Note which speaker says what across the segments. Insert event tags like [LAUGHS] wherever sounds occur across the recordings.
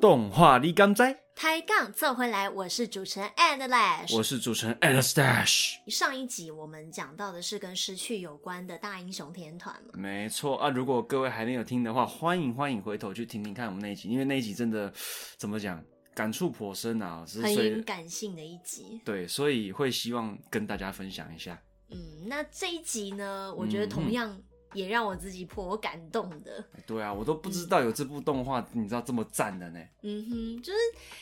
Speaker 1: 动画你敢知？
Speaker 2: 抬杠坐回来，我是主持人 And Lash。
Speaker 1: 我是主持人 Alex Dash。
Speaker 2: 上一集我们讲到的是跟失去有关的大英雄天团嘛，
Speaker 1: 没错啊，如果各位还没有听的话，欢迎欢迎回头去听听看我们那一集，因为那一集真的怎么讲，感触颇深啊，只
Speaker 2: 很
Speaker 1: 是所
Speaker 2: 有
Speaker 1: 以
Speaker 2: 感性的一集。
Speaker 1: 对，所以会希望跟大家分享一下。
Speaker 2: 嗯，那这一集呢，我觉得
Speaker 1: 嗯
Speaker 2: 同样也让我自己颇感动的。
Speaker 1: 对啊，我都不知道有这部动画，你知道这么赞的呢。
Speaker 2: 嗯哼，就是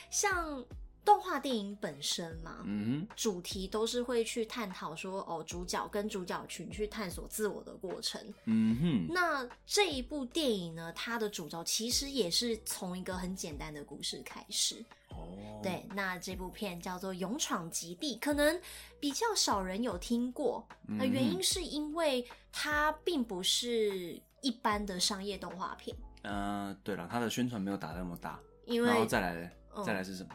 Speaker 2: 像动画电影本身嘛，
Speaker 1: 嗯
Speaker 2: 主题都是会去探讨说哦，主角跟主角群去探索自我的过程
Speaker 1: 哼。嗯哼，
Speaker 2: 那这一部电影呢，它的主轴其实也是从一个很简单的故事开始。
Speaker 1: 哦，
Speaker 2: 嗯对，那这部片叫做《勇闯极地》，可能比较少人有听过。那、
Speaker 1: 嗯
Speaker 2: 呃原因是因为它并不是一般的商业动画片，
Speaker 1: 呃，对了，它的宣传没有打那么大，
Speaker 2: 因
Speaker 1: 然后
Speaker 2: 为
Speaker 1: 再来嘞，
Speaker 2: 嗯
Speaker 1: 再来是什么？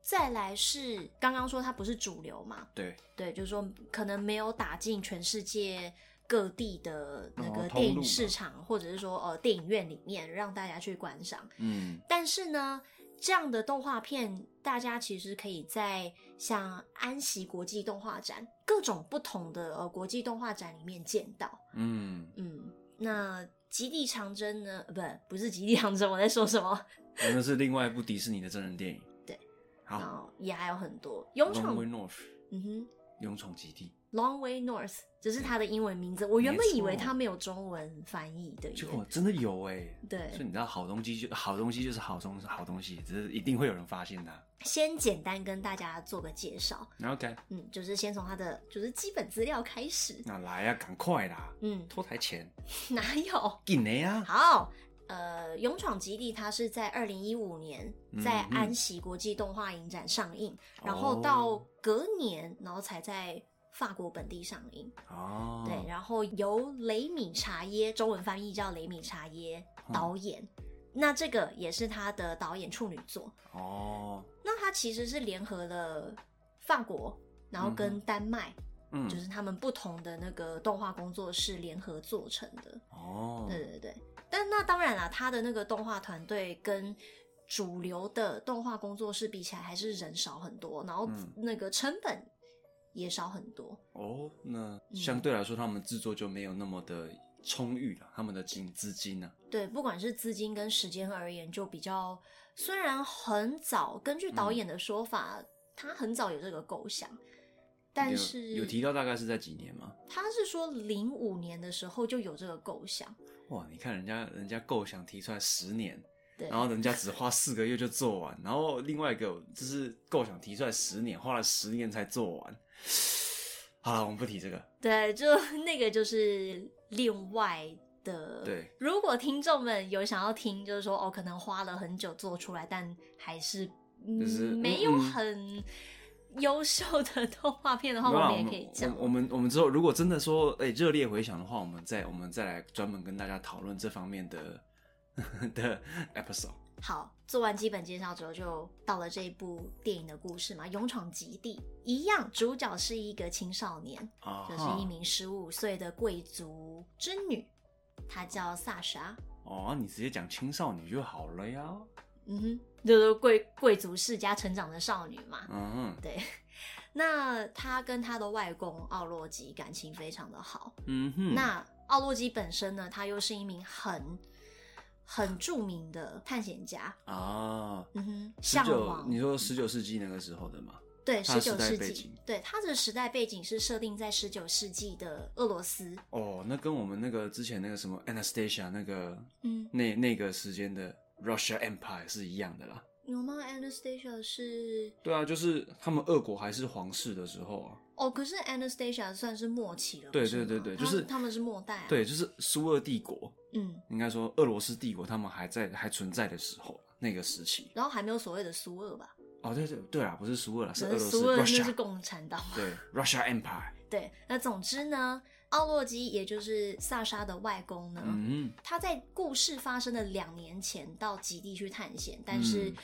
Speaker 2: 再来是刚刚说它不是主流嘛，
Speaker 1: 对，
Speaker 2: 对，就是说可能没有打进全世界各地的那
Speaker 1: 哦
Speaker 2: 个
Speaker 1: 通路
Speaker 2: 电影市场，或者是说呃电影院里面让大家去观赏。
Speaker 1: 嗯，
Speaker 2: 但是呢，这样的动画片，大家其实可以在像安息国际动画展各种不同的呃国际动画展里面见到。
Speaker 1: 嗯，
Speaker 2: 嗯，那极地长征呢？呃不，不是极地长征，我在说什么？
Speaker 1: 那是另外一部迪士尼的真人电影。
Speaker 2: 对，然
Speaker 1: 好，
Speaker 2: 后也还有很多勇
Speaker 1: 《
Speaker 2: 闯
Speaker 1: 啊 Long Way，North》
Speaker 2: 嗯哼。
Speaker 1: 勇闯极地，
Speaker 2: Long Way North，这是它的英文名字。我原本以为
Speaker 1: 没错
Speaker 2: 它没有中文翻译的耶，
Speaker 1: 结果真的有哎、
Speaker 2: 对
Speaker 1: 所以你知道好东西就好东西就是好东好东西，只是一定会有人发现它。
Speaker 2: 先简单跟大家做个介绍。
Speaker 1: 那 OK，
Speaker 2: 嗯，就是先从它的就是基本资料开始。
Speaker 1: 那来呀、啊，赶快啦，
Speaker 2: 嗯， [LAUGHS]
Speaker 1: 拖台前，啊
Speaker 2: 哪有？
Speaker 1: 紧的 [LAUGHS] 呀。
Speaker 2: 好，呃，《勇闯极地》它是在二零一五年
Speaker 1: 嗯
Speaker 2: 在
Speaker 1: 嗯
Speaker 2: 安息国际动画影展上映，然
Speaker 1: 哦
Speaker 2: 后到隔年，然后才在法国本地上映。
Speaker 1: 哦，
Speaker 2: 对，然后由雷米查耶（中文翻译叫雷米查耶）导演，那这个也是他的导演处女作。
Speaker 1: 哦，
Speaker 2: 那他其实是联合了法国，然后
Speaker 1: 嗯
Speaker 2: 跟丹麦，
Speaker 1: 嗯，
Speaker 2: 就是他们不同的那个动画工作室联合做成的。
Speaker 1: 哦，
Speaker 2: 对对对，但那当然啦，他的那个动画团队跟主流的动画工作室比起来，还是人少很多，然后
Speaker 1: 嗯
Speaker 2: 那个成本也少很多。
Speaker 1: 哦，那
Speaker 2: 嗯
Speaker 1: 相对来说，他们制作就没有那么的充裕了，他们的金资金啊呢、
Speaker 2: 对，不管是资金跟时间而言，就比较虽然很早，根据导
Speaker 1: 嗯
Speaker 2: 演的说法，他很早有这个构想，但
Speaker 1: 有
Speaker 2: 是
Speaker 1: 有提到大概是在几年吗？
Speaker 2: 他是说零五年的时候就有这个构想，
Speaker 1: 哇，你看人家人家构想提出来十年，
Speaker 2: 对，
Speaker 1: 然后人家只花四个月就做完，然后另外一个就是构想提出来十年，花了十年才做完。好了，我们不提这个。
Speaker 2: 对，就 [LAUGHS] 那个就是另外的。
Speaker 1: 对，
Speaker 2: 如果听众们有想要听，就是说哦，可能花了很久做出来，但还是、嗯
Speaker 1: 就是
Speaker 2: 没有
Speaker 1: 嗯嗯
Speaker 2: 很优秀的动画片的话，
Speaker 1: 没办
Speaker 2: 我
Speaker 1: 法
Speaker 2: 们也可以讲。
Speaker 1: 我们我们我们之后如果真的说，哎、热烈回响的话，我们再我们再来专门跟大家讨论这方面的的 episode。
Speaker 2: 好，做完基本介绍之后，就到了这一部电影的故事嘛，《勇闯极地》一样，主角是一个青少年，
Speaker 1: 啊
Speaker 2: 就是一名十五岁的贵族之女，她叫萨莎。
Speaker 1: 哦，你直接讲青少年就好了呀。
Speaker 2: 嗯哼，就是贵贵族世家成长的少女嘛。
Speaker 1: 嗯
Speaker 2: 对，那她跟她的外公奥洛基感情非常的好。
Speaker 1: 嗯哼，
Speaker 2: 那奥洛基本身呢，他又是一名很很著名的探险家。
Speaker 1: 啊，
Speaker 2: 嗯哼，
Speaker 1: 十
Speaker 2: 向
Speaker 1: 九，
Speaker 2: 往
Speaker 1: 你说十九世纪那个时候的嘛？
Speaker 2: 对，
Speaker 1: 它的
Speaker 2: 十
Speaker 1: 时
Speaker 2: 九
Speaker 1: 代
Speaker 2: 世
Speaker 1: 背
Speaker 2: 纪
Speaker 1: 景，
Speaker 2: 对它的时代背景是设定在十九世纪的俄罗斯。
Speaker 1: 哦，那跟我们那个之前那个什么 Anastasia 那个
Speaker 2: 嗯，
Speaker 1: 那那个时间的 Russia Empire 是一样的啦。
Speaker 2: 有吗？Anastasia 是
Speaker 1: 对啊，就是他们俄国还是皇室的时候啊。
Speaker 2: 哦，可是 Anastasia 算是末期了，
Speaker 1: 对
Speaker 2: 不是
Speaker 1: 对对对，
Speaker 2: 吗他
Speaker 1: 就是
Speaker 2: 他们是末代啊。
Speaker 1: 对，，就是苏俄帝国，
Speaker 2: 嗯，
Speaker 1: 应该说俄罗斯帝国，他们还在还存在的时候，啊那个时期。
Speaker 2: 然后还没有所谓的苏俄吧？
Speaker 1: 哦，对对对啦，不是苏俄啦，是俄
Speaker 2: 可
Speaker 1: 罗
Speaker 2: 是
Speaker 1: 斯
Speaker 2: 苏俄那是
Speaker 1: Russia。
Speaker 2: 共产党。
Speaker 1: 对，Russia Empire。
Speaker 2: 对，那总之呢，奥洛基也就是萨莎的外公呢，
Speaker 1: 嗯，
Speaker 2: 他在故事发生的两年前到极地去探险，但是
Speaker 1: 嗯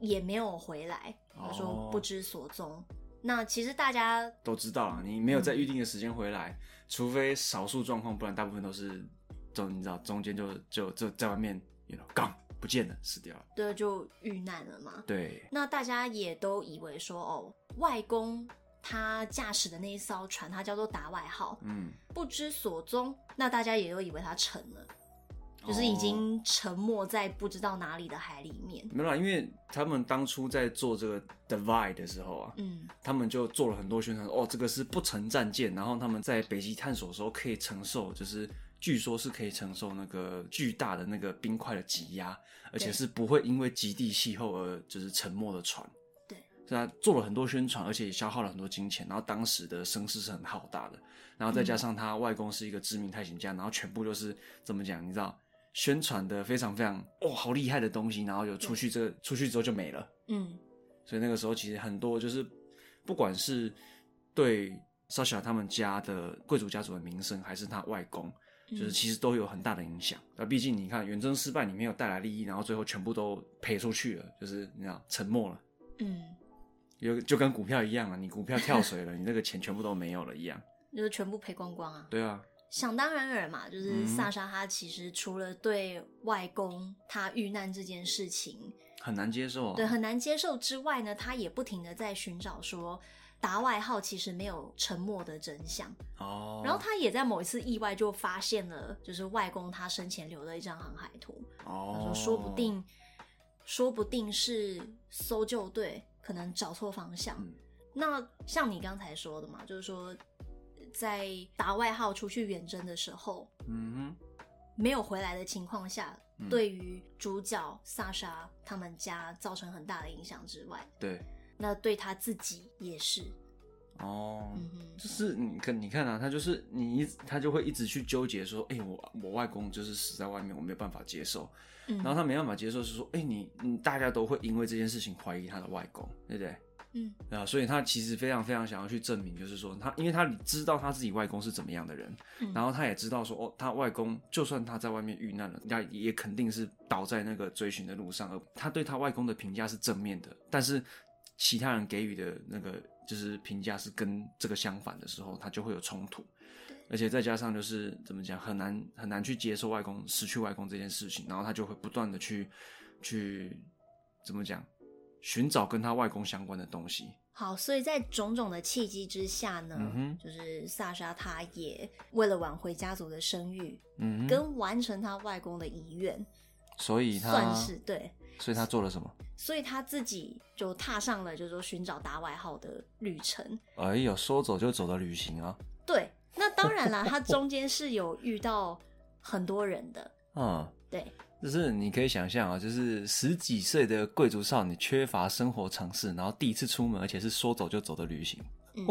Speaker 2: 也没有回来，他
Speaker 1: 哦
Speaker 2: 说不知所踪。那其实大家
Speaker 1: 都知道了，你没有
Speaker 2: 嗯
Speaker 1: 在预定的时间回来，除非少数状况，不然大部分都是中，你知道中间就就就在外面，you know，杠不见了，死掉了。
Speaker 2: 对，就遇难了嘛。
Speaker 1: 对，
Speaker 2: 那大家也都以为说，哦，外公他驾驶的那一艘船，他叫做达外号，
Speaker 1: 嗯，
Speaker 2: 不知所踪。那大家也都以为他沉了，就是已
Speaker 1: 哦
Speaker 2: 经沉没在不知道哪里的海里面。
Speaker 1: 没有啦，因为他们当初在做这个 Divide 的时候啊，
Speaker 2: 嗯，
Speaker 1: 他们就做了很多宣传，哦，这个是不沉战舰，然后他们在北极探索的时候可以承受，就是据说是可以承受那个巨大的那个冰块的挤压，而且是不会因为极地气候而就是沉没的船。
Speaker 2: 对，
Speaker 1: 所以他做了很多宣传，而且也消耗了很多金钱，然后当时的声势是很浩大的，然后再加上他外公是一个知名探险家，然后全部都是怎么讲，你知道？宣传的非常非常哦，好厉害的东西，然后有出去这个出去之后就没了。
Speaker 2: 嗯，
Speaker 1: 所以那个时候其实很多就是，不管是对 Sasha 他们家的贵族家族的名声，还是他外公，
Speaker 2: 嗯
Speaker 1: 就是其实都有很大的影响。那毕竟你看远征失败，你没有带来利益，然后最后全部都赔出去了，就是你知道沉没了，
Speaker 2: 嗯，
Speaker 1: 有就跟股票一样啊，你股票跳水了，你 [LAUGHS] 那个钱全部都没有了一样。
Speaker 2: 就是全部赔光光啊。
Speaker 1: 对啊，
Speaker 2: 想当然尔嘛，就是
Speaker 1: 嗯
Speaker 2: 萨莎她其实除了对外公她遇难这件事情
Speaker 1: 很难接受啊。
Speaker 2: 对很难接受之外呢，她也不停的在寻找说达外号其实没有沉没的真相。
Speaker 1: 哦，
Speaker 2: 然后她也在某一次意外就发现了，就是外公他生前留的一张航海图，他
Speaker 1: 哦
Speaker 2: 说，说不定，说不定是搜救队可能找错方向。
Speaker 1: 嗯
Speaker 2: 那像你刚才说的嘛，就是说在达外号出去远征的时候，
Speaker 1: 嗯哼，
Speaker 2: 没有回来的情况下，
Speaker 1: 嗯
Speaker 2: 对于主角萨莎他们家造成很大的影响之外，
Speaker 1: 对，
Speaker 2: 那对他自己也是。
Speaker 1: 哦，
Speaker 2: 嗯哼，
Speaker 1: 就是你看，你看啊，他就是你一直，他就会一直去纠结说，哎、我我外公就是死在外面，我没有办法接受。
Speaker 2: 嗯
Speaker 1: 然后他没办法接受是说，哎、你你大家都会因为这件事情怀疑他的外公，对不对？
Speaker 2: 嗯
Speaker 1: 对啊，所以他其实非常非常想要去证明，就是说他，因为他知道他自己外公是怎么样的人，
Speaker 2: 嗯
Speaker 1: 然后他也知道说，哦，他外公就算他在外面遇难了，那也肯定是倒在那个追寻的路上，而他对他外公的评价是正面的，但是其他人给予的那个就是评价是跟这个相反的时候，他就会有冲突。而且再加上就是怎么讲，很难很难去接受外公失去外公这件事情，然后他就会不断的去去怎么讲，寻找跟他外公相关的东西。
Speaker 2: 好，所以在种种的契机之下呢，
Speaker 1: 嗯哼
Speaker 2: 就是萨莎她也为了挽回家族的声誉，
Speaker 1: 嗯，
Speaker 2: 跟完成她外公的遗愿，
Speaker 1: 所以他
Speaker 2: 算是，对，
Speaker 1: 所以他做了什么？
Speaker 2: 所以她自己就踏上了就是说寻找达外号的旅程。
Speaker 1: 哎呦，说走就走的旅行啊，
Speaker 2: 对，那当然
Speaker 1: [LAUGHS]
Speaker 2: 啦，她中间是有遇到很多人的，
Speaker 1: 嗯。
Speaker 2: 对，
Speaker 1: 就是你可以想象啊，就是十几岁的贵族少女缺乏生活常识，然后第一次出门，而且是说走就走的旅行。
Speaker 2: 嗯。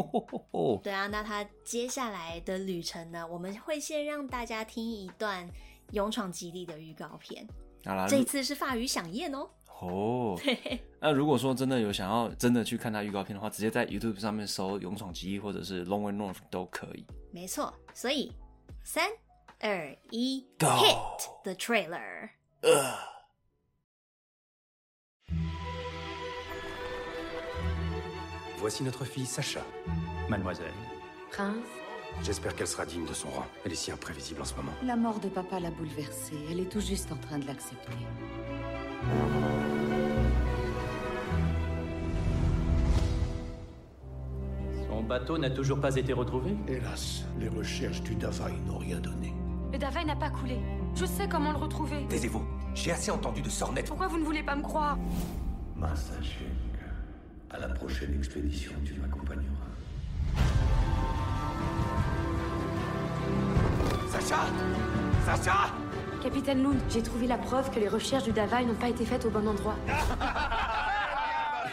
Speaker 1: 哦，
Speaker 2: 对啊，那他接下来的旅程呢？我们会先让大家听一段《勇闯极地》的预告片，
Speaker 1: 好啦，
Speaker 2: 这一次是法语响宴哦。
Speaker 1: 哦，那如果说真的有想要真的去看他预告片的话，直接在 YouTube 上面搜《勇闯极地》或者是《Long Way North》都可以。
Speaker 2: 没错，所以三二一
Speaker 1: Go
Speaker 2: ，hit the trailer。
Speaker 3: Voici notre fille Sacha.
Speaker 4: Mademoiselle,
Speaker 5: Prince,
Speaker 3: J'espère qu'elle sera digne de son rang. Elle est si imprévisible en ce moment.
Speaker 5: la mort de papa l'a bouleversée. Elle est tout juste en train de l'accepter.
Speaker 4: son bateau n'a toujours pas été retrouvé
Speaker 6: Hélas, les recherches du Davaï n'ont rien donné.
Speaker 7: Le Davaï n'a pas coulé. Je sais comment le retrouver.
Speaker 3: Taisez-vous. J'ai assez entendu de sornettes.
Speaker 7: Pourquoi vous ne voulez pas me croire
Speaker 6: Massa Cheng, à la prochaine expédition, tu m'accompagneras.
Speaker 3: Sacha Sacha
Speaker 7: Capitaine Lund, j'ai trouvé la preuve que les recherches du Davaï n'ont pas été faites au bon endroit.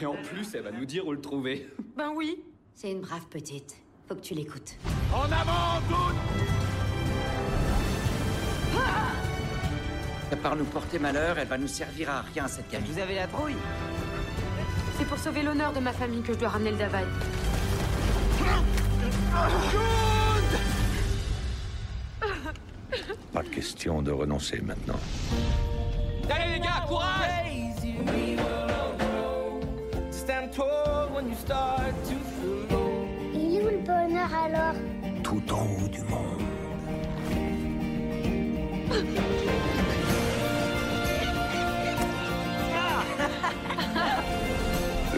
Speaker 4: Et en plus, elle va nous dire où le trouver.
Speaker 7: Ben oui.
Speaker 5: C'est une brave petite. Faut que tu l'écoutes.
Speaker 3: En avant, doute
Speaker 8: À part nous porter malheur, elle va nous servir à rien, cette gamine.
Speaker 9: Vous avez la trouille
Speaker 7: C'est pour sauver l'honneur de ma famille que je dois ramener le Davaï.
Speaker 6: Pas question de renoncer maintenant.
Speaker 4: Allez les gars, courage
Speaker 10: Il est où le bonheur alors
Speaker 6: Tout en haut du monde.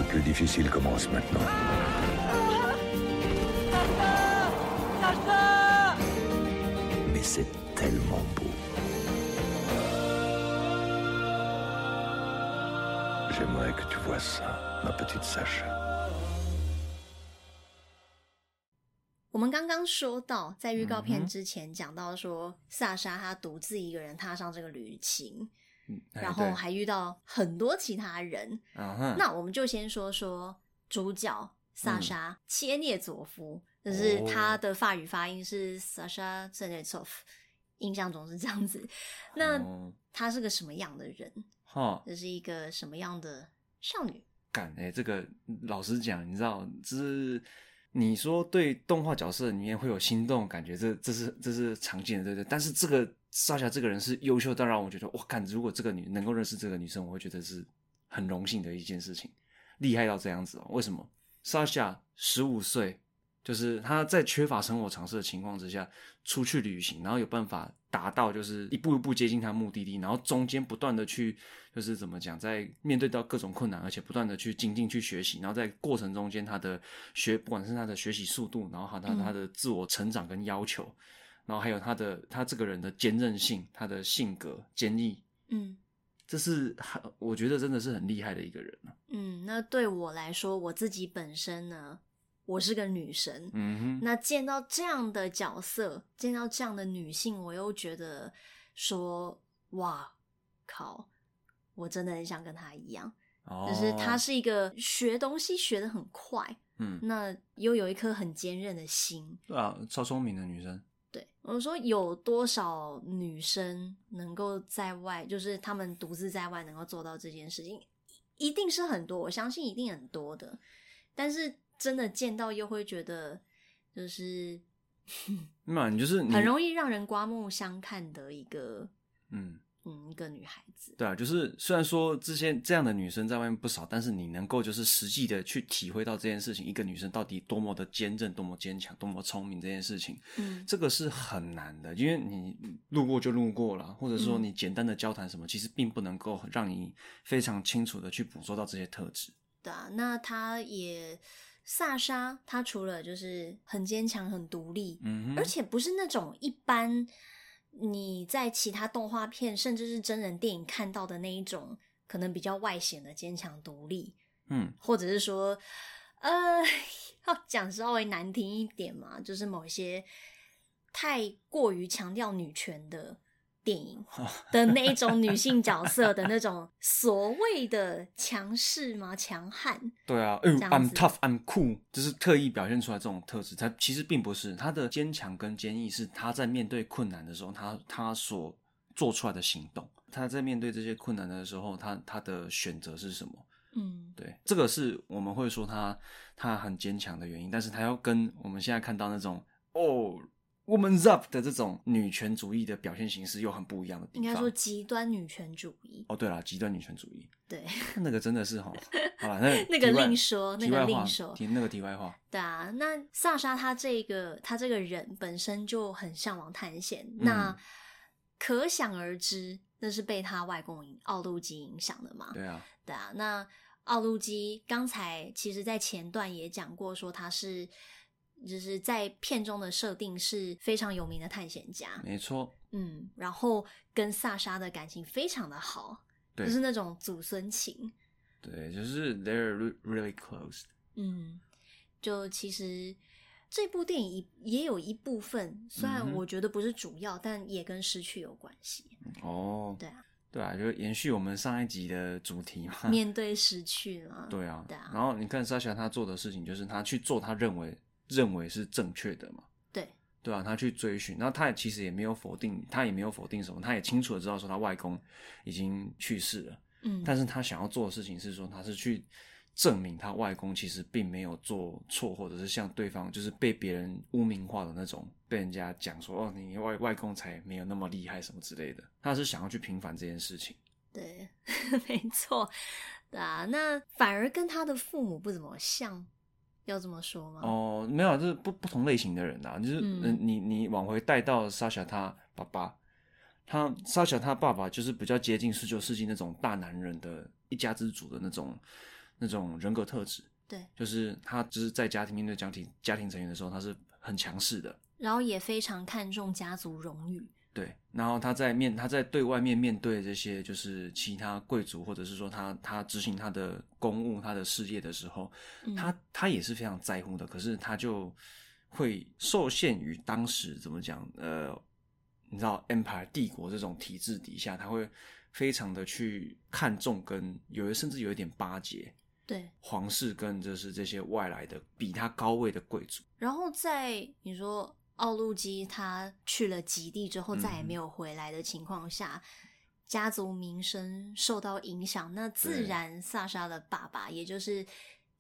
Speaker 6: plus difficile commence maintenant. Mais c'est tellement beau. J'aimerais que tu vois ça, ma petite Sacha.
Speaker 2: 我们刚刚说到，在预告
Speaker 1: 嗯
Speaker 2: 片
Speaker 1: 哼
Speaker 2: 之前讲到说，萨莎她独自一个人踏上这个旅行，
Speaker 1: 嗯哎
Speaker 2: 然后
Speaker 1: 对
Speaker 2: 还遇到很多其他人。
Speaker 1: 啊哈，
Speaker 2: 那我们就先说说主角
Speaker 1: 嗯
Speaker 2: 萨莎切涅佐夫，就是
Speaker 1: 哦
Speaker 2: 他的法语发音是 Sasha c h e n e t s o v 印象中是这样子。那
Speaker 1: 哦
Speaker 2: 她是个什么样的人？ [LAUGHS]
Speaker 1: 哈
Speaker 2: 这是一个什么样的少女？
Speaker 1: 干哎、这个老实讲，你知道，就是你说对动画角色里面会有心动的感觉，这这是这是常见的，对不对？但是这个莎莎这个人是优秀到让我觉得，我干，如果这个女能够认识这个女生，我会觉得是很荣幸的一件事情，厉害到这样子哦。为什么？莎莎十五岁，就是她在缺乏生活常识的情况之下，出去旅行，然后有办法达到就是一步一步接近他目的地，然后中间不断的去就是怎么讲，在面对到各种困难，而且不断的去精进去学习，然后在过程中间他的学不管是他的学习速度，然后还有
Speaker 2: 嗯
Speaker 1: 他他的自我成长跟要求，然后还有他的他这个人的坚韧性，他的性格坚毅，
Speaker 2: 嗯。
Speaker 1: 这是我觉得真的是很厉害的一个人啊
Speaker 2: 嗯，那对我来说，我自己本身呢，我是个女神。
Speaker 1: 嗯哼，
Speaker 2: 那见到这样的角色，见到这样的女性，我又觉得说，哇靠，我真的很想跟她一样。
Speaker 1: 哦
Speaker 2: 就是她是一个学东西学的很快，
Speaker 1: 嗯
Speaker 2: 那又有一颗很坚韧的心。
Speaker 1: 啊超聪明的女生，
Speaker 2: 对，我说有多少女生能够在外，就是她们独自在外能够做到这件事情，一定是很多，我相信一定很多的。但是真的见到又会觉得，就是
Speaker 1: 那啊你就是你
Speaker 2: 很容易让人刮目相看的一个，
Speaker 1: 嗯。
Speaker 2: 嗯，一个女孩子。
Speaker 1: 对啊，就是虽然说这些这样的女生在外面不少，但是你能够就是实际的去体会到这件事情，一个女生到底多么的坚韧、多么坚强、多么聪明这件事情，
Speaker 2: 嗯
Speaker 1: 这个是很难的，因为你路过就路过了，或者说
Speaker 2: 嗯
Speaker 1: 你简单的交谈什么，其实并不能够让你非常清楚的去捕捉到这些特质。
Speaker 2: 对啊，那她也萨莎，她除了就是很坚强、很独立，
Speaker 1: 嗯哼，
Speaker 2: 而且不是那种一般你在其他动画片甚至是真人电影看到的那一种，可能比较外显的坚强独立，
Speaker 1: 嗯
Speaker 2: 或者是说，呃，要讲稍微难听一点嘛，就是某一些太过于强调女权的。电影的那一种女性角色的那种所谓的强势吗？强悍？
Speaker 1: 对啊，哎呦
Speaker 2: 这样
Speaker 1: ，I'm
Speaker 2: 子
Speaker 1: tough, I'm cool，就是特意表现出来这种特质。他其实并不是他的坚强跟坚毅，是他在面对困难的时候，他他所做出来的行动。他在面对这些困难的时候，他他的选择是什么？
Speaker 2: 嗯
Speaker 1: 对，这个是我们会说他他很坚强的原因，但是他要跟我们现在看到那种哦，woman's up 的这种女权主义的表现形式又很不一样的地
Speaker 2: 应
Speaker 1: 方。
Speaker 2: 该说极端女权主义。
Speaker 1: 哦，对了，极端女权主义， [LAUGHS]
Speaker 2: 对，
Speaker 1: 那个真的是哈，好了，那
Speaker 2: [LAUGHS] 那个
Speaker 1: 题外
Speaker 2: 另说那
Speaker 1: 题
Speaker 2: 个
Speaker 1: 外
Speaker 2: 另
Speaker 1: 话
Speaker 2: 说
Speaker 1: 题那个题外话，
Speaker 2: 对啊，那萨莎她这个她这个人本身就很向往探险，
Speaker 1: 嗯
Speaker 2: 那可想而知，那是被她外公影奥路基影响的嘛？
Speaker 1: 对啊，
Speaker 2: 对啊，那奥路基刚才其实在前段也讲过，说他是就是在片中的设定是非常有名的探险家，
Speaker 1: 没错，
Speaker 2: 嗯，然后跟萨莎的感情非常的好，
Speaker 1: 对
Speaker 2: 就是那种祖孙情，
Speaker 1: 对，就是 they're re- really close。
Speaker 2: 嗯，就其实这部电影也有一部分，
Speaker 1: 嗯
Speaker 2: 虽然
Speaker 1: 哼
Speaker 2: 我觉得不是主要，但也跟失去有关系。
Speaker 1: 哦，
Speaker 2: 对啊，
Speaker 1: 对啊，就延续我们上一集的主题嘛。
Speaker 2: 面对失去嘛，
Speaker 1: 嗯对啊，
Speaker 2: 对啊
Speaker 1: 然后你看莎莎她做的事情，就是她去做她认为认为是正确的嘛。
Speaker 2: 对，
Speaker 1: 对啊，她去追寻，然后她也其实也没有否定，她也没有否定什么，她也清楚的知道说她外公已经去世了，
Speaker 2: 嗯，
Speaker 1: 但是她想要做的事情是说，她是去证明她外公其实并没有做错，或者是像对方就是被别人污名化的那种，被人家讲说哦，你外外公才没有那么厉害什么之类的，她是想要去平反这件事情。
Speaker 2: 对， [LAUGHS] 没错，对啊，那反而跟他的父母不怎么像，要这么说吗？
Speaker 1: 哦，没有，就是不不同类型的人啦、就是、
Speaker 2: 嗯
Speaker 1: 嗯、你你往回带到莎莎她爸爸，他莎莎她爸爸就是比较接近十九世纪那种大男人的一家之主的那种那种人格特质，
Speaker 2: 对，
Speaker 1: 就是他就是在家庭面对家庭家庭成员的时候，他是很强势的，
Speaker 2: 然后也非常看重家族荣誉，
Speaker 1: 对，然后他在面他在对外面面对这些就是其他贵族或者是说他他执行他的公务他的事业的时候，
Speaker 2: 嗯
Speaker 1: 他他也是非常在乎的，可是他就会受限于当时怎么讲呃，你知道 empire 帝国这种体制底下，他会非常的去看重跟有的甚至有一点巴结
Speaker 2: 对。
Speaker 1: 皇室跟就是这些外来的比他高位的贵族，
Speaker 2: 然后在你说奥路基他去了极地之后
Speaker 1: 嗯
Speaker 2: 再也没有回来的情况下，家族名声受到影响，那自
Speaker 1: 对
Speaker 2: 然萨莎的爸爸，也就是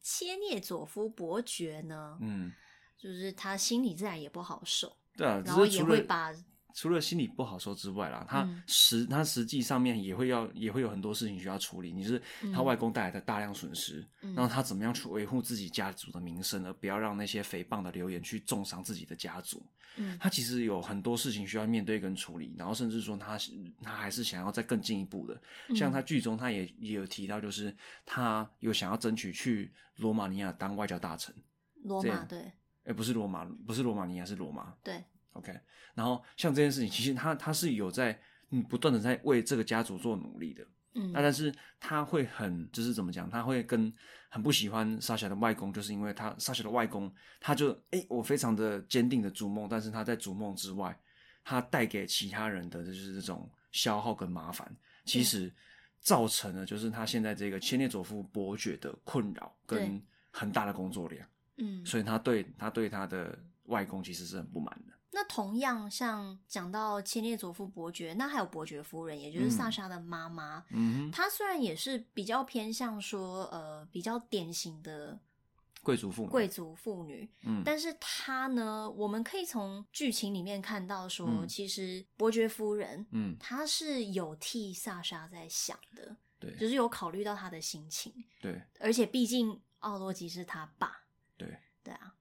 Speaker 2: 切涅佐夫伯爵呢，
Speaker 1: 嗯，
Speaker 2: 就是他心里自然也不好受，
Speaker 1: 对啊，
Speaker 2: 然后
Speaker 1: 只是
Speaker 2: 也
Speaker 1: 除了
Speaker 2: 会把
Speaker 1: 除了心里不好受之外啦，他
Speaker 2: 嗯
Speaker 1: 实、他实际上面也会要也会有很多事情需要处理。你是他
Speaker 2: 嗯
Speaker 1: 外公带来的大量损失，
Speaker 2: 嗯
Speaker 1: 然后他怎么样去维护自己家族的名声，而不要让那些诽谤的流言去重伤自己的家族。 [LAUGHS]
Speaker 2: 嗯
Speaker 1: 他其实有很多事情需要面对跟处理，然后甚至说他他还是想要再更进一步的。
Speaker 2: 嗯
Speaker 1: 像他剧中他也也有提到，就是他有想要争取去罗马尼亚当外交大臣，
Speaker 2: 罗
Speaker 1: 这
Speaker 2: 马
Speaker 1: 样
Speaker 2: 对
Speaker 1: 哎，不是罗马，不是罗马尼亚，是罗马，
Speaker 2: 对
Speaker 1: OK，然后像这件事情，其实他他是有在嗯不断的在为这个家族做努力的，
Speaker 2: 嗯
Speaker 1: 那但是他会很就是怎么讲，他会跟很不喜欢莎莎的外公，就是因为他莎莎的外公，他就诶，我非常的坚定的逐梦，但是他在逐梦之外，他带给其他人的就是这种消耗跟麻烦，其实造成了就是他现在这个切涅佐夫伯爵的困扰跟
Speaker 2: 对
Speaker 1: 很大的工作量，
Speaker 2: 嗯
Speaker 1: 所以他对他对他的外公其实是很不满的。
Speaker 2: 那同样像讲到切涅佐夫伯爵，那还有伯爵夫人，也就是
Speaker 1: 嗯
Speaker 2: 萨莎的妈妈，
Speaker 1: 嗯哼。
Speaker 2: 她虽然也是比较偏向说呃比较典型的
Speaker 1: 贵族妇女，
Speaker 2: 贵族妇女，
Speaker 1: 嗯，
Speaker 2: 但是她呢，我们可以从剧情里面看到说，
Speaker 1: 嗯
Speaker 2: 其实伯爵夫人
Speaker 1: 嗯，
Speaker 2: 她是有替萨莎在想的，就
Speaker 1: 对
Speaker 2: 是有考虑到她的心情，
Speaker 1: 对
Speaker 2: 而且毕竟奥洛基是他爸，
Speaker 1: 对，
Speaker 2: 对啊。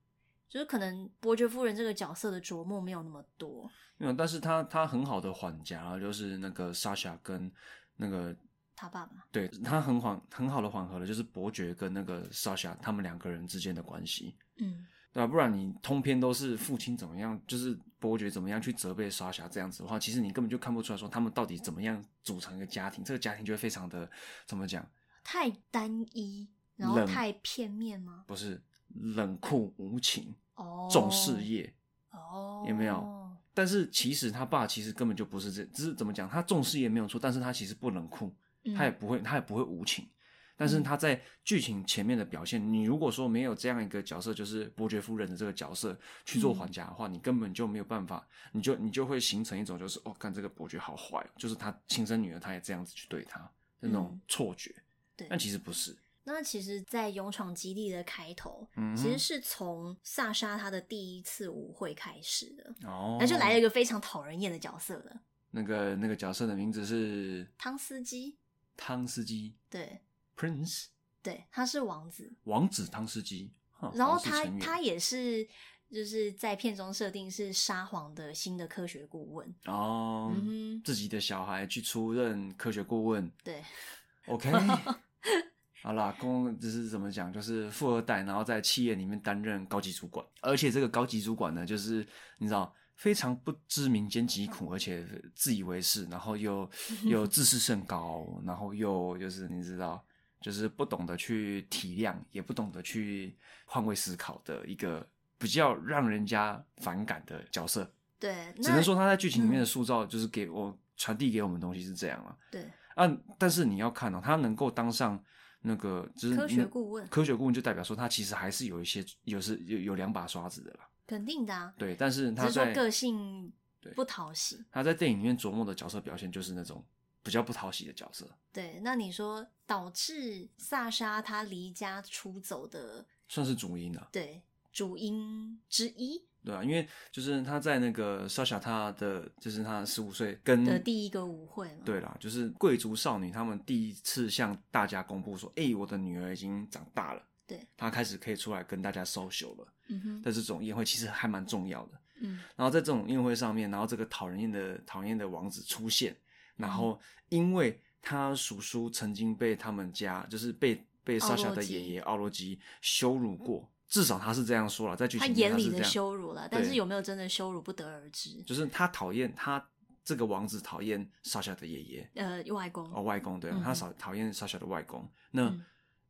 Speaker 2: 就是可能伯爵夫人这个角色的琢磨没有那么多，
Speaker 1: 没有，但是他他很好的缓夹啊，就是那个莎莎跟那个，
Speaker 2: 他爸爸
Speaker 1: 对他很缓很好的缓和了，就是伯爵跟那个莎莎他们两个人之间的关系，
Speaker 2: 嗯，
Speaker 1: 对吧、啊不然你通篇都是父亲怎么样，就是伯爵怎么样去责备莎莎这样子的话，其实你根本就看不出来说他们到底怎么样组成一个家庭，这个家庭就会非常的怎么讲，
Speaker 2: 太单一，然后
Speaker 1: 冷
Speaker 2: 太片面吗？
Speaker 1: 不是冷酷无情，
Speaker 2: 哦，
Speaker 1: 重事业。
Speaker 2: 哦，
Speaker 1: 有没有？但是其实他爸其实根本就不是这，只是怎么讲，他重视也没有错，但是他其实不冷酷，
Speaker 2: 嗯
Speaker 1: 他也不会，他也不会无情。但是他在剧情前面的表现，你如果说没有这样一个角色，就是伯爵夫人的这个角色去
Speaker 2: 嗯
Speaker 1: 做还价的话，你根本就没有办法，你就你就会形成一种就是哦，看这个伯爵好坏哦，就是他亲生女儿，他也这样子去对他那种
Speaker 2: 嗯
Speaker 1: 错觉。
Speaker 2: 对
Speaker 1: 但其实不是，
Speaker 2: 那其实，在勇闯基地的开头，
Speaker 1: 嗯哼
Speaker 2: 其实是从萨莎她的第一次舞会开始的，
Speaker 1: 哦，
Speaker 2: 那就来了一个非常讨人厌的角色了，
Speaker 1: 那个那个角色的名字是
Speaker 2: 汤斯基。
Speaker 1: 汤斯基
Speaker 2: 对
Speaker 1: （Prince）。
Speaker 2: 对，他是王子，
Speaker 1: 王子汤斯基，哈
Speaker 2: 然后
Speaker 1: 王室
Speaker 2: 他
Speaker 1: 哦成员
Speaker 2: 他也是就是在片中设定是沙皇的新的科学顾问。
Speaker 1: 哦、
Speaker 2: 嗯哼，
Speaker 1: 自己的小孩去出任科学顾问
Speaker 2: 对， [LAUGHS]
Speaker 1: ，OK，好啦，公就是怎么讲，就是富二代，然后在企业里面担任高级主管，而且这个高级主管呢，就是你知道非常不知民间疾苦，而且自以为是，然后又
Speaker 2: 嗯
Speaker 1: 又自视甚高，然后又就是你知道。就是不懂得去体谅，也不懂得去换位思考的一个比较让人家反感的角色。
Speaker 2: 对，
Speaker 1: 只
Speaker 2: 那嗯
Speaker 1: 能说他在剧情里面的塑造，就是给我传递给我们的东西是这样了。
Speaker 2: 对
Speaker 1: 啊，但是你要看哦，他能够当上那个就是
Speaker 2: 科学顾问
Speaker 1: 科学顾问就代表说他其实还是有一些有是有有两把刷子的啦。
Speaker 2: 肯定的啊，
Speaker 1: 对，但是
Speaker 2: 只
Speaker 1: 他
Speaker 2: 是说
Speaker 1: 在
Speaker 2: 个性
Speaker 1: 对
Speaker 2: 不讨喜。
Speaker 1: 他在电影里面琢磨的角色表现就是那种比较不讨喜的角色，
Speaker 2: 对，那你说导致萨莎她离家出走的
Speaker 1: 算是主因了，
Speaker 2: 对主因之一
Speaker 1: 对啊吧、因为就是他在那个莎莎她的就是她十五岁跟
Speaker 2: 的第一个舞会嘛？
Speaker 1: 嗯对啦，就是贵族少女她们第一次向大家公布说：“哎、我的女儿已经长大了。”
Speaker 2: 对，
Speaker 1: 她开始可以出来跟大家 social 了。
Speaker 2: 嗯哼，
Speaker 1: 在这种宴会其实还蛮重要的。
Speaker 2: 嗯，
Speaker 1: 然后在这种宴会上面，然后这个讨人厌的讨人厌的王子出
Speaker 2: 嗯
Speaker 1: 现，然后因为他叔叔曾经被他们家就是被。被
Speaker 2: 奥
Speaker 1: 莎莎
Speaker 2: 洛
Speaker 1: 的
Speaker 2: 基嗯
Speaker 1: 爷爷奥洛基羞辱过，至少他是这样说了，在剧
Speaker 2: 他
Speaker 1: 情里
Speaker 2: 眼
Speaker 1: 面
Speaker 2: 里
Speaker 1: 是这
Speaker 2: 的
Speaker 1: 样
Speaker 2: 羞辱了，但
Speaker 1: 对
Speaker 2: 是有没有真的羞辱不得而知。
Speaker 1: 就是他讨厌他这个王子讨厌莎莎的爷爷
Speaker 2: 呃，外公，
Speaker 1: 哦外公对，
Speaker 2: 嗯
Speaker 1: 他讨讨厌莎莎的外公。那、
Speaker 2: 嗯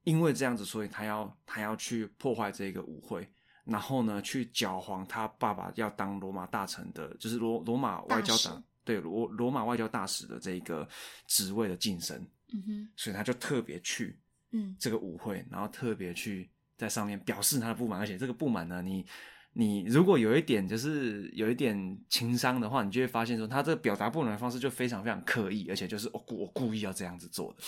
Speaker 1: 因为这样子，所以他要他要去破坏这个舞会，然后呢去搅黄他爸爸要当罗马大臣的，就是罗罗马外交
Speaker 2: 大使
Speaker 1: 党对罗罗马外交大使的这个职位的晋升，
Speaker 2: 嗯哼，
Speaker 1: 所以他就特别去
Speaker 2: 嗯
Speaker 1: 这个舞会，然后特别去在上面表示他的不满，而且这个不满呢，你你如果有一点就是有一点情商的话，你就会发现说他这个表达不满的方式就非常非常刻意，而且就是我故我故意要这样子做的，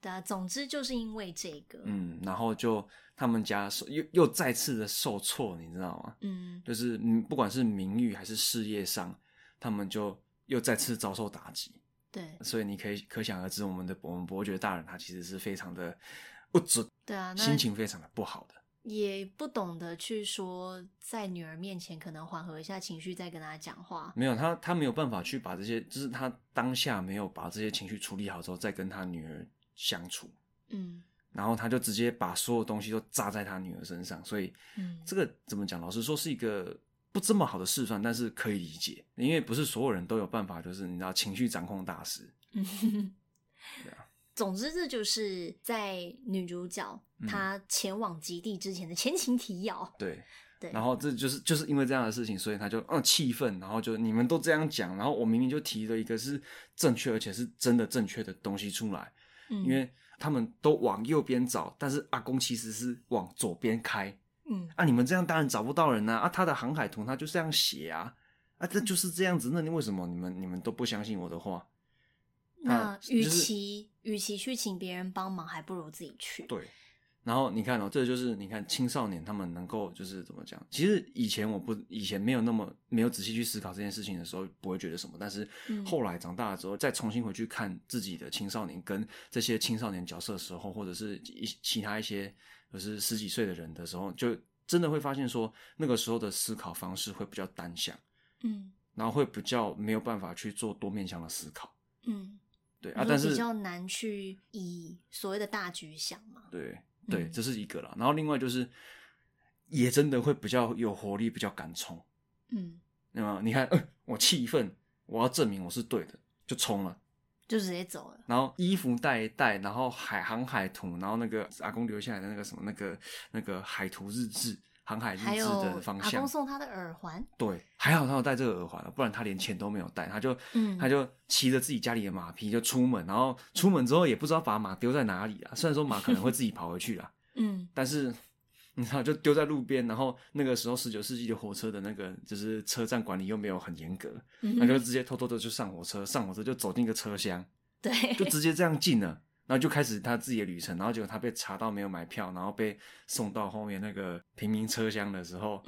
Speaker 2: 对啊，总之就是因为这个，
Speaker 1: 嗯，然后就他们家受又又再次的受挫，你知道吗？
Speaker 2: 嗯
Speaker 1: 就是嗯不管是名誉还是事业上，他们就又再次遭受打击，
Speaker 2: 对
Speaker 1: 所以你可以可想而知，我们的我们伯爵大人他其实是非常的不准，
Speaker 2: 对啊，那
Speaker 1: 心情非常的不好的。
Speaker 2: 也不懂得去说，在女儿面前可能缓和一下情绪，再跟她讲话。
Speaker 1: 没有他，他没有办法去把这些，就是他当下没有把这些情绪处理好之后，再跟他女儿相处，
Speaker 2: 嗯
Speaker 1: 然后他就直接把所有东西都炸在他女儿身上，所以
Speaker 2: 嗯，
Speaker 1: 这个怎么讲？老实说，是一个不这么好的示范，但是可以理解，因为不是所有人都有办法，就是你知道情绪掌控大师，嗯
Speaker 2: [LAUGHS]
Speaker 1: 啊
Speaker 2: 总之这就是在女主角、
Speaker 1: 嗯
Speaker 2: 她前往极地之前的前情提要。
Speaker 1: 对。
Speaker 2: 对，
Speaker 1: 然后这就是就是因为这样的事情，所以他就嗯气愤，然后就你们都这样讲，然后我明明就提了一个是正确而且是真的正确的东西出来，
Speaker 2: 嗯
Speaker 1: 因为他们都往右边找，但是阿公其实是往左边开。
Speaker 2: 嗯
Speaker 1: 啊，你们这样当然找不到人呐、啊！他的航海图他就这样写啊，啊，这就是这样子。那你为什么你们你们都不相信我的话？
Speaker 2: 那
Speaker 1: 啊
Speaker 2: 与
Speaker 1: 就是
Speaker 2: 其与其去请别人帮忙，还不如自己去。
Speaker 1: 对。然后你看哦，这就是你看青少年他们能够就是怎么讲？其实以前我不以前没有那么没有仔细去思考这件事情的时候，不会觉得什么。但是
Speaker 2: 嗯
Speaker 1: 后来长大了之后，再重新回去看自己的青少年跟这些青少年角色的时候，或者是一其他一些就是十几岁的人的时候，就真的会发现说，那个时候的思考方式会比较单向，
Speaker 2: 嗯
Speaker 1: 然后会比较没有办法去做多面向的思考。
Speaker 2: 嗯，
Speaker 1: 对啊
Speaker 2: 你，
Speaker 1: 但
Speaker 2: 说
Speaker 1: 是
Speaker 2: 比较难去以所谓的大局想嘛。
Speaker 1: 对对，
Speaker 2: 嗯
Speaker 1: 这是一个啦。然后另外就是，也真的会比较有活力，比较敢冲。
Speaker 2: 嗯，
Speaker 1: 那么你看， [COUGHS] 呃我气愤，我要证明我是对的，就冲了。
Speaker 2: 就直接走了。
Speaker 1: 然后衣服带一带，然后海航海图，然后那个阿公留下来的那个什么那个那个海图日志、航海日
Speaker 2: 还
Speaker 1: 志
Speaker 2: 有
Speaker 1: 的方
Speaker 2: 阿
Speaker 1: 向
Speaker 2: 公。送她的耳环。
Speaker 1: 对，还好他有戴这个耳环了，不然他连钱都没有带，他就、
Speaker 2: 嗯
Speaker 1: 他就骑着自己家里的马匹就出门，然后出门之后也不知道把马丢在哪里啊。虽然说马可能会自己跑回去啊啦，
Speaker 2: 嗯
Speaker 1: 但是你知道，就丢在路边，然后那个时候十九世纪的火车的那个就是车站管理又没有很严格，
Speaker 2: 嗯
Speaker 1: 他
Speaker 2: 哼，
Speaker 1: 就直接偷偷的就上火车，上火车就走进一个车厢，
Speaker 2: 对，
Speaker 1: 就直接这样进了。然后就开始他自己的旅程，然后结果他被查到没有买票，然后被送到后面那个平民车厢的时
Speaker 2: [LAUGHS]
Speaker 1: 候，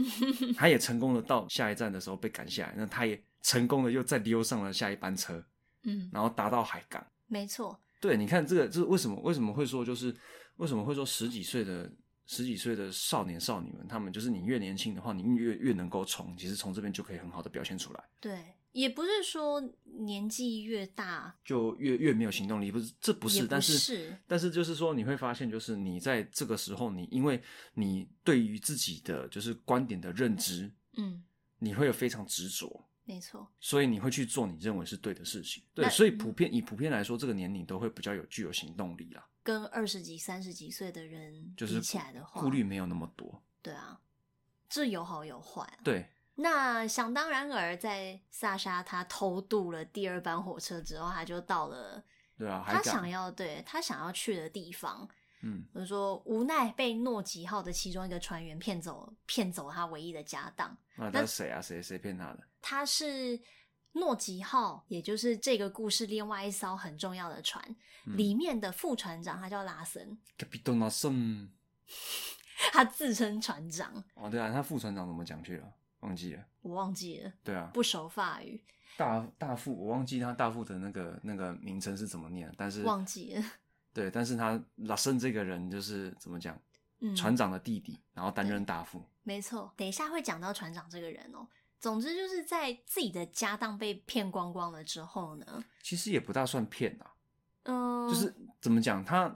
Speaker 1: 他也成功的到下一站的时候被赶下来，那他也成功的又再溜上了下一班车，
Speaker 2: 嗯，
Speaker 1: 然后达到海港。
Speaker 2: 没错，
Speaker 1: 对，你看这个，就是为什么为什么会说，就是为什么会说十几岁的十几岁的少年少女们，他们就是你越年轻的话，你越越能够冲，其实从这边就可以很好的表现出来，
Speaker 2: 对，也不是说年纪越大，
Speaker 1: 就越越没有行动力，不是这不
Speaker 2: 也
Speaker 1: 是，
Speaker 2: 不
Speaker 1: 但是
Speaker 2: 是
Speaker 1: 但是就是说你会发现，就是你在这个时候，你因为你对于自己的就是观点的认知，
Speaker 2: 嗯，
Speaker 1: 你会有非常执着。
Speaker 2: 没错，
Speaker 1: 所以你会去做你认为是对的事情，对，
Speaker 2: 那嗯
Speaker 1: 所以普遍以普遍来说，这个年龄都会比较有具有行动力啦，啊
Speaker 2: 跟二十几、三十几岁的人
Speaker 1: 就
Speaker 2: 比
Speaker 1: 是
Speaker 2: 起来的话，
Speaker 1: 顾虑没有那么多，
Speaker 2: 对啊，这有好有坏啊。
Speaker 1: 对，
Speaker 2: 那想当然尔，在萨莎她偷渡了第二班火车之后，她就到了
Speaker 1: 对啊，海
Speaker 2: 她
Speaker 1: 港
Speaker 2: 想要对她想要去的地方。
Speaker 1: 嗯，
Speaker 2: 我说无奈被诺吉号的其中一个船员骗走，骗走他唯一的家当。
Speaker 1: 那他是谁啊？谁谁骗他的？
Speaker 2: 它是诺吉号，也就是这个故事另外一艘很重要的船、
Speaker 1: 嗯
Speaker 2: 里面的副船长，他叫拉森，
Speaker 1: c a p i t a n a s o n
Speaker 2: 他自称船长，
Speaker 1: 哦，对啊，他副船长怎么讲去了？忘记了。
Speaker 2: 我忘记了，
Speaker 1: 对啊，
Speaker 2: 不熟法语，
Speaker 1: 大大副，我忘记他大副的那个那个名称是怎么念，但是
Speaker 2: 忘记了。
Speaker 1: 对，但是他拉森这个人就是怎么讲，
Speaker 2: 嗯，
Speaker 1: 船长的弟弟，然后担任大副。
Speaker 2: 没错，等一下会讲到船长这个人哦。总之就是在自己的家当被骗光光了之后呢，
Speaker 1: 其实也不大算骗啊，
Speaker 2: 嗯、
Speaker 1: 就是怎么讲，他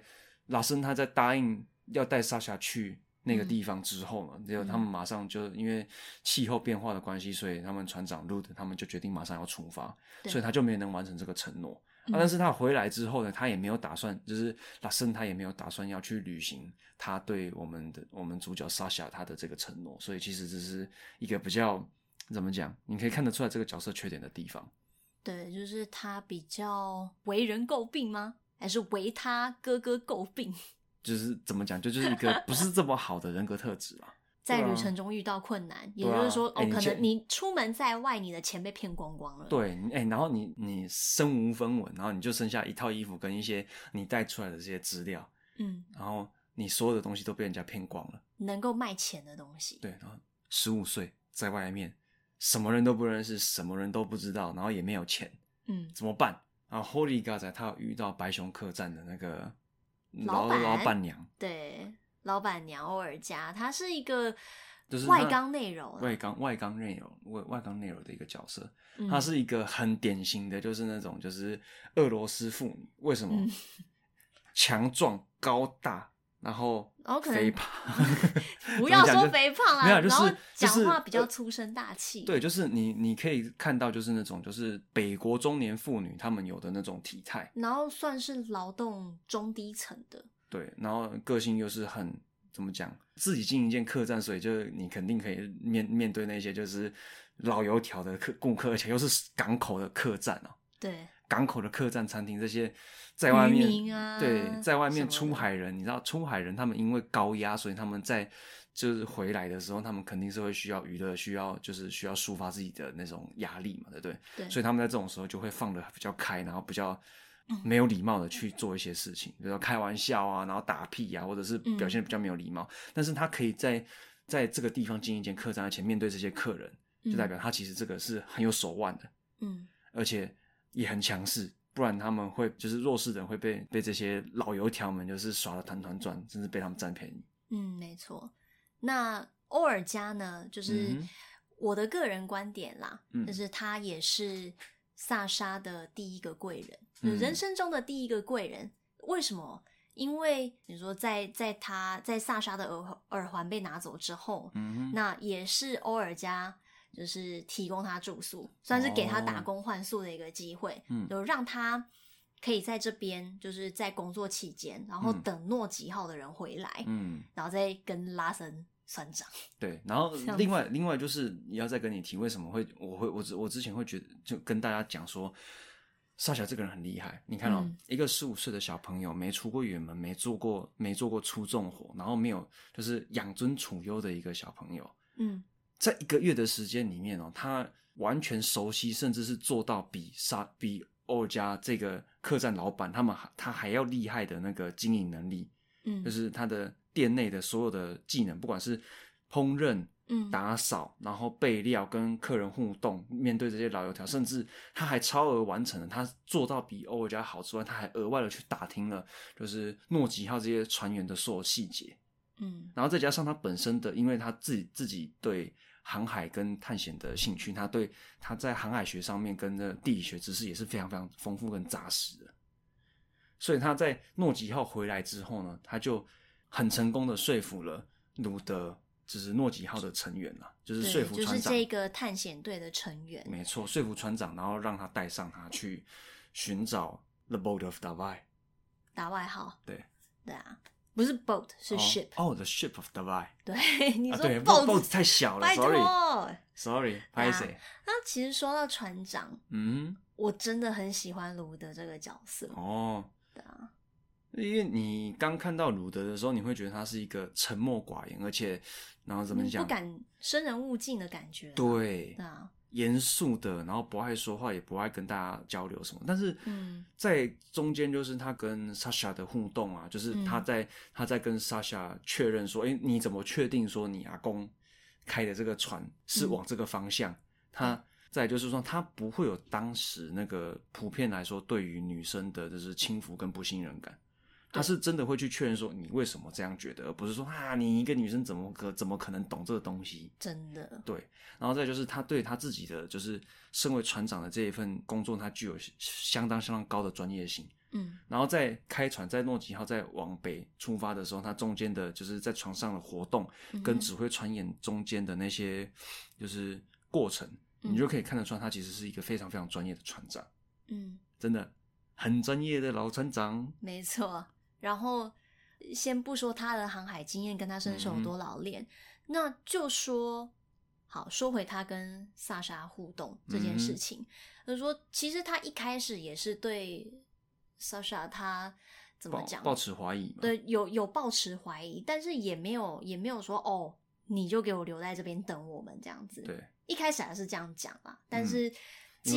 Speaker 1: 老生他在答应要带莎莎去那个地方之后
Speaker 2: 嗯
Speaker 1: 呢，结果他们马上就因为气候变化的关系，所以他们船长路的他们就决定马上要出发，
Speaker 2: 对
Speaker 1: 所以他就没能完成这个承诺。
Speaker 2: 嗯
Speaker 1: 啊，但是他回来之后呢，他也没有打算，就是拉森他也没有打算要去履行他对我们的我们主角莎莎他的这个承诺，所以其实这是一个比较怎么讲，你可以看得出来这个角色缺点的地方。
Speaker 2: 对，就是他比较为人诟病吗？还是为他哥哥诟病？
Speaker 1: 就是怎么讲，就就是一个不是这么好的人格特质啦。
Speaker 2: 在
Speaker 1: 对啊
Speaker 2: 旅程中遇到困难，也
Speaker 1: 对啊
Speaker 2: 就是说，
Speaker 1: 哎
Speaker 2: 哦，
Speaker 1: 你
Speaker 2: 可
Speaker 1: 前
Speaker 2: 能你出门在外，你的钱被骗光光了。
Speaker 1: 对，你哎、然后你你身无分文，然后你就剩下一套衣服跟一些你带出来的这些资料，
Speaker 2: 嗯，
Speaker 1: 然后你所有的东西都被人家骗光了。
Speaker 2: 能够卖钱的东西。
Speaker 1: 对，然后十五岁在外面，什么人都不认识，什么人都不知道，然后也没有钱，
Speaker 2: 嗯，
Speaker 1: 怎么办？然后 Holy g a z a 他有遇到白熊客栈的那个
Speaker 2: 老
Speaker 1: 老
Speaker 2: 板
Speaker 1: 老板娘，
Speaker 2: 对，老板娘欧尔加，她是一个
Speaker 1: 就是
Speaker 2: 外
Speaker 1: 她
Speaker 2: 刚内柔啦，啊
Speaker 1: 外刚外刚内柔外外刚内柔的一个角色，
Speaker 2: 嗯
Speaker 1: 她是一个很典型的，就是那种就是俄罗斯妇女，为什么？
Speaker 2: 嗯
Speaker 1: 强壮高大，然后
Speaker 2: 然后哦可能，
Speaker 1: 肥 [LAUGHS] 胖
Speaker 2: [LAUGHS] 不要
Speaker 1: 怎么讲
Speaker 2: 说
Speaker 1: 就
Speaker 2: 肥胖啊
Speaker 1: 没有就
Speaker 2: 然后
Speaker 1: 是就
Speaker 2: 讲
Speaker 1: 是
Speaker 2: 话比较
Speaker 1: 呃
Speaker 2: 粗声大气
Speaker 1: 对，就是你你可以看到，就是那种就是北国中年妇女她们有的那种体态，
Speaker 2: 然后算是劳动中低层的。
Speaker 1: 对，然后个性又是很怎么讲，自己经营一间客栈，所以就你肯定可以面面对那些就是老油条的客顾客，而且又是港口的客栈哦、
Speaker 2: 对，
Speaker 1: 港口的客栈餐厅这些在外面
Speaker 2: 渔民啊
Speaker 1: 对，在外
Speaker 2: 什
Speaker 1: 面
Speaker 2: 么的
Speaker 1: 出海人，你知道出海人他们因为高压，所以他们在就是回来的时候，他们肯定是会需要娱乐，需要就是需要抒发自己的那种压力嘛，对不对？
Speaker 2: 对
Speaker 1: 所以他们在这种时候就会放的比较开，然后比较。
Speaker 2: 嗯
Speaker 1: 没有礼貌的去做一些事情，比如说开玩笑啊，然后打屁啊，或者是
Speaker 2: 嗯
Speaker 1: 表现得比较没有礼貌。但是他可以在在这个地方经营一间客栈，而且面对这些客人，就代表他其实这个是很有手腕的。
Speaker 2: 嗯，
Speaker 1: 而且也很强势，不然他们会就是弱势人会被被这些老油条们就是耍的团团转，甚至被他们占便宜。
Speaker 2: 嗯，没错。那欧尔加呢，就是
Speaker 1: 嗯哼
Speaker 2: 我的个人观点啦，
Speaker 1: 嗯
Speaker 2: 就是她也是萨莎的第一个贵人，就是
Speaker 1: 嗯
Speaker 2: 人生中的第一个贵人。为什么？因为你说在在她在萨莎的耳耳环被拿走之后，
Speaker 1: 嗯哼，
Speaker 2: 那也是欧尔加就是提供他住宿，算是给他打
Speaker 1: 哦
Speaker 2: 工换宿的一个机会，
Speaker 1: 嗯
Speaker 2: 有让他可以在这边就是在工作期间，然后
Speaker 1: 嗯
Speaker 2: 等诺几号的人回来，
Speaker 1: 嗯，
Speaker 2: 然后再跟拉森算账。
Speaker 1: 对。然后
Speaker 2: 这样
Speaker 1: 另外另外就是也要再跟你提，为什么会我会我之我之前会觉得就跟大家讲说。萨小这个人很厉害，你看哦，
Speaker 2: 嗯
Speaker 1: 一个十五岁的小朋友，没出过远门，没做过没做过出重活，然后没有就是养尊处优的一个小朋友，
Speaker 2: 嗯
Speaker 1: 在一个月的时间里面哦，他完全熟悉，甚至是做到比沙比欧家这个客栈老板他们还他还要厉害的那个经营能力，
Speaker 2: 嗯，
Speaker 1: 就是他的店内的所有的技能，不管是烹饪、
Speaker 2: 嗯
Speaker 1: 打扫，然后备料、跟客人互动，面对这些老油条，甚至他还超额完成了，他做到比欧家好之外，他还额外的去打听了，就是诺吉号这些船员的所有细节。
Speaker 2: 嗯
Speaker 1: 然后再加上他本身的，因为他自己自己对航海跟探险的兴趣，他对他在航海学上面跟的地理学知识也是非常非常丰富跟扎实的。所以他在诺吉号回来之后呢，他就很成功的说服了鲁德，就是诺吉号的成员啦，就是说
Speaker 2: 嗯对，
Speaker 1: 服
Speaker 2: 就
Speaker 1: 船
Speaker 2: 是
Speaker 1: 长，
Speaker 2: 这个探险队的成员。
Speaker 1: 没错，说服船长，然后让他带上他去寻找 The Boat of Davai，
Speaker 2: 打外号，
Speaker 1: 对，
Speaker 2: 对啊，不是 boat 是
Speaker 1: 哦
Speaker 2: ship，、
Speaker 1: 哦，The Ship of Davai，
Speaker 2: 对， [LAUGHS] 你
Speaker 1: 啊，
Speaker 2: 说
Speaker 1: 对
Speaker 2: boat,、
Speaker 1: ，boat 太小了
Speaker 2: 拜托。
Speaker 1: ，sorry，sorry，拍
Speaker 2: 对
Speaker 1: 谁？
Speaker 2: 那其实说到船长，
Speaker 1: 嗯。
Speaker 2: 我真的很喜欢卢德这个角色。
Speaker 1: 哦，
Speaker 2: 对啊，
Speaker 1: 因为你刚看到鲁德的时候，你会觉得他是一个沉默寡言，而且然后怎么
Speaker 2: 你
Speaker 1: 讲，
Speaker 2: 嗯不敢生人勿近的感觉。
Speaker 1: 对
Speaker 2: 对啊，
Speaker 1: 严肃的，然后不爱说话，也不爱跟大家交流什么。但是，
Speaker 2: 嗯，
Speaker 1: 在中间就是他跟 Sasha 的互动啊，就是他在、他在跟 Sasha 确认说，哎、你怎么确定说你阿公开的这个船是
Speaker 2: 嗯
Speaker 1: 往这个方向？他再就是说，他不会有当时那个普遍来说对于女生的就是轻浮跟不信任感。他是真的会去确认说你为什么这样觉得，而不是说啊你一个女生怎么可怎么可能懂这个东西？
Speaker 2: 真的，
Speaker 1: 对，然后再就是他对他自己的，就是身为船长的这一份工作，他具有相当相当高的专业性，
Speaker 2: 嗯
Speaker 1: 然后在开船在诺吉号在往北出发的时候，他中间的就是在船上的活动
Speaker 2: 嗯
Speaker 1: 跟指挥船演中间的那些就是过程，
Speaker 2: 嗯
Speaker 1: 你就可以看得出来，他其实是一个非常非常专业的船长，
Speaker 2: 嗯，
Speaker 1: 真的很专业的老船长。
Speaker 2: 没错。然后先不说他的航海经验跟他身手有
Speaker 1: 嗯
Speaker 2: 多老练，那就说好说回他跟萨莎互动这
Speaker 1: 嗯
Speaker 2: 件事情，就是说其实他一开始也是对萨莎他怎么
Speaker 1: 抱
Speaker 2: 讲
Speaker 1: 抱持怀疑嘛，
Speaker 2: 对，有有抱持怀疑，但是也没有也没有说哦，你就给我留在这边等我们这样子。
Speaker 1: 对，
Speaker 2: 一开始还是这样讲啦，但
Speaker 1: 嗯
Speaker 2: 是既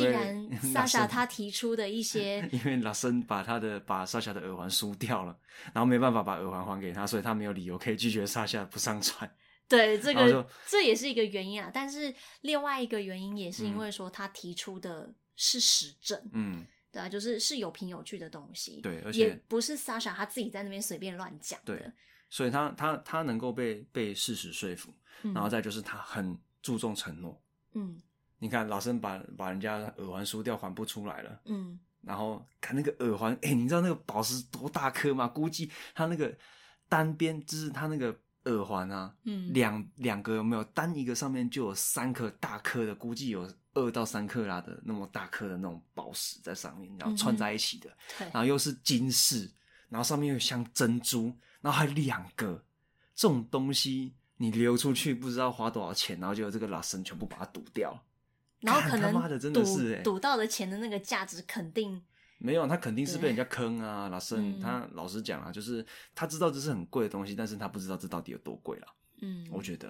Speaker 1: 因为
Speaker 2: 然
Speaker 1: 拉 [LAUGHS]
Speaker 2: 莎
Speaker 1: 伸，
Speaker 2: 莎她提出的一些
Speaker 1: [LAUGHS] 因为拉森把他的把莎夏的耳环输掉了，然后没办法把耳环还给他，所以他没有理由可以拒绝莎夏不上船。
Speaker 2: 对这
Speaker 1: 然后
Speaker 2: 个
Speaker 1: 就
Speaker 2: 这也是一个原因啊，但是另外一个原因也是因
Speaker 1: 嗯
Speaker 2: 为说她提出的是实证，
Speaker 1: 嗯，
Speaker 2: 对啊，就是是有凭有据的东西，
Speaker 1: 对而
Speaker 2: 也
Speaker 1: 且
Speaker 2: 不是莎莎她自己在那边随便乱讲的，
Speaker 1: 对，所以他他他能够被被事实说服，
Speaker 2: 嗯
Speaker 1: 然后再就是他很注重承诺。
Speaker 2: 嗯
Speaker 1: 你看，老森把把人家耳环输掉，还不出来了。
Speaker 2: 嗯
Speaker 1: 然后看那个耳环，哎、你知道那个宝石多大颗吗？估计它那个单边，就是它那个耳环啊，
Speaker 2: 嗯
Speaker 1: 两两个有没有？单一个上面就有三颗大颗的，估计有二到三克拉的那么大颗的那种宝石在上面，然后
Speaker 2: 嗯
Speaker 1: 串
Speaker 2: 哼
Speaker 1: 在一起的，
Speaker 2: 对
Speaker 1: 然，后又是金饰，然后上面又像珍珠，然后还两个这种东西。你流出去不知道花多少钱，然后就这个老神全部把它赌掉，
Speaker 2: 然后
Speaker 1: 干
Speaker 2: 可
Speaker 1: 他
Speaker 2: 能
Speaker 1: 妈的真的
Speaker 2: 赌
Speaker 1: 是欸
Speaker 2: 赌到的钱的那个价值肯定
Speaker 1: 没有，他肯定是
Speaker 2: 对
Speaker 1: 被人家坑啊，老生、
Speaker 2: 嗯
Speaker 1: 他老实讲啊，就是他知道这是很贵的东西，但是他不知道这到底有多贵啦。
Speaker 2: 嗯，
Speaker 1: 我觉得，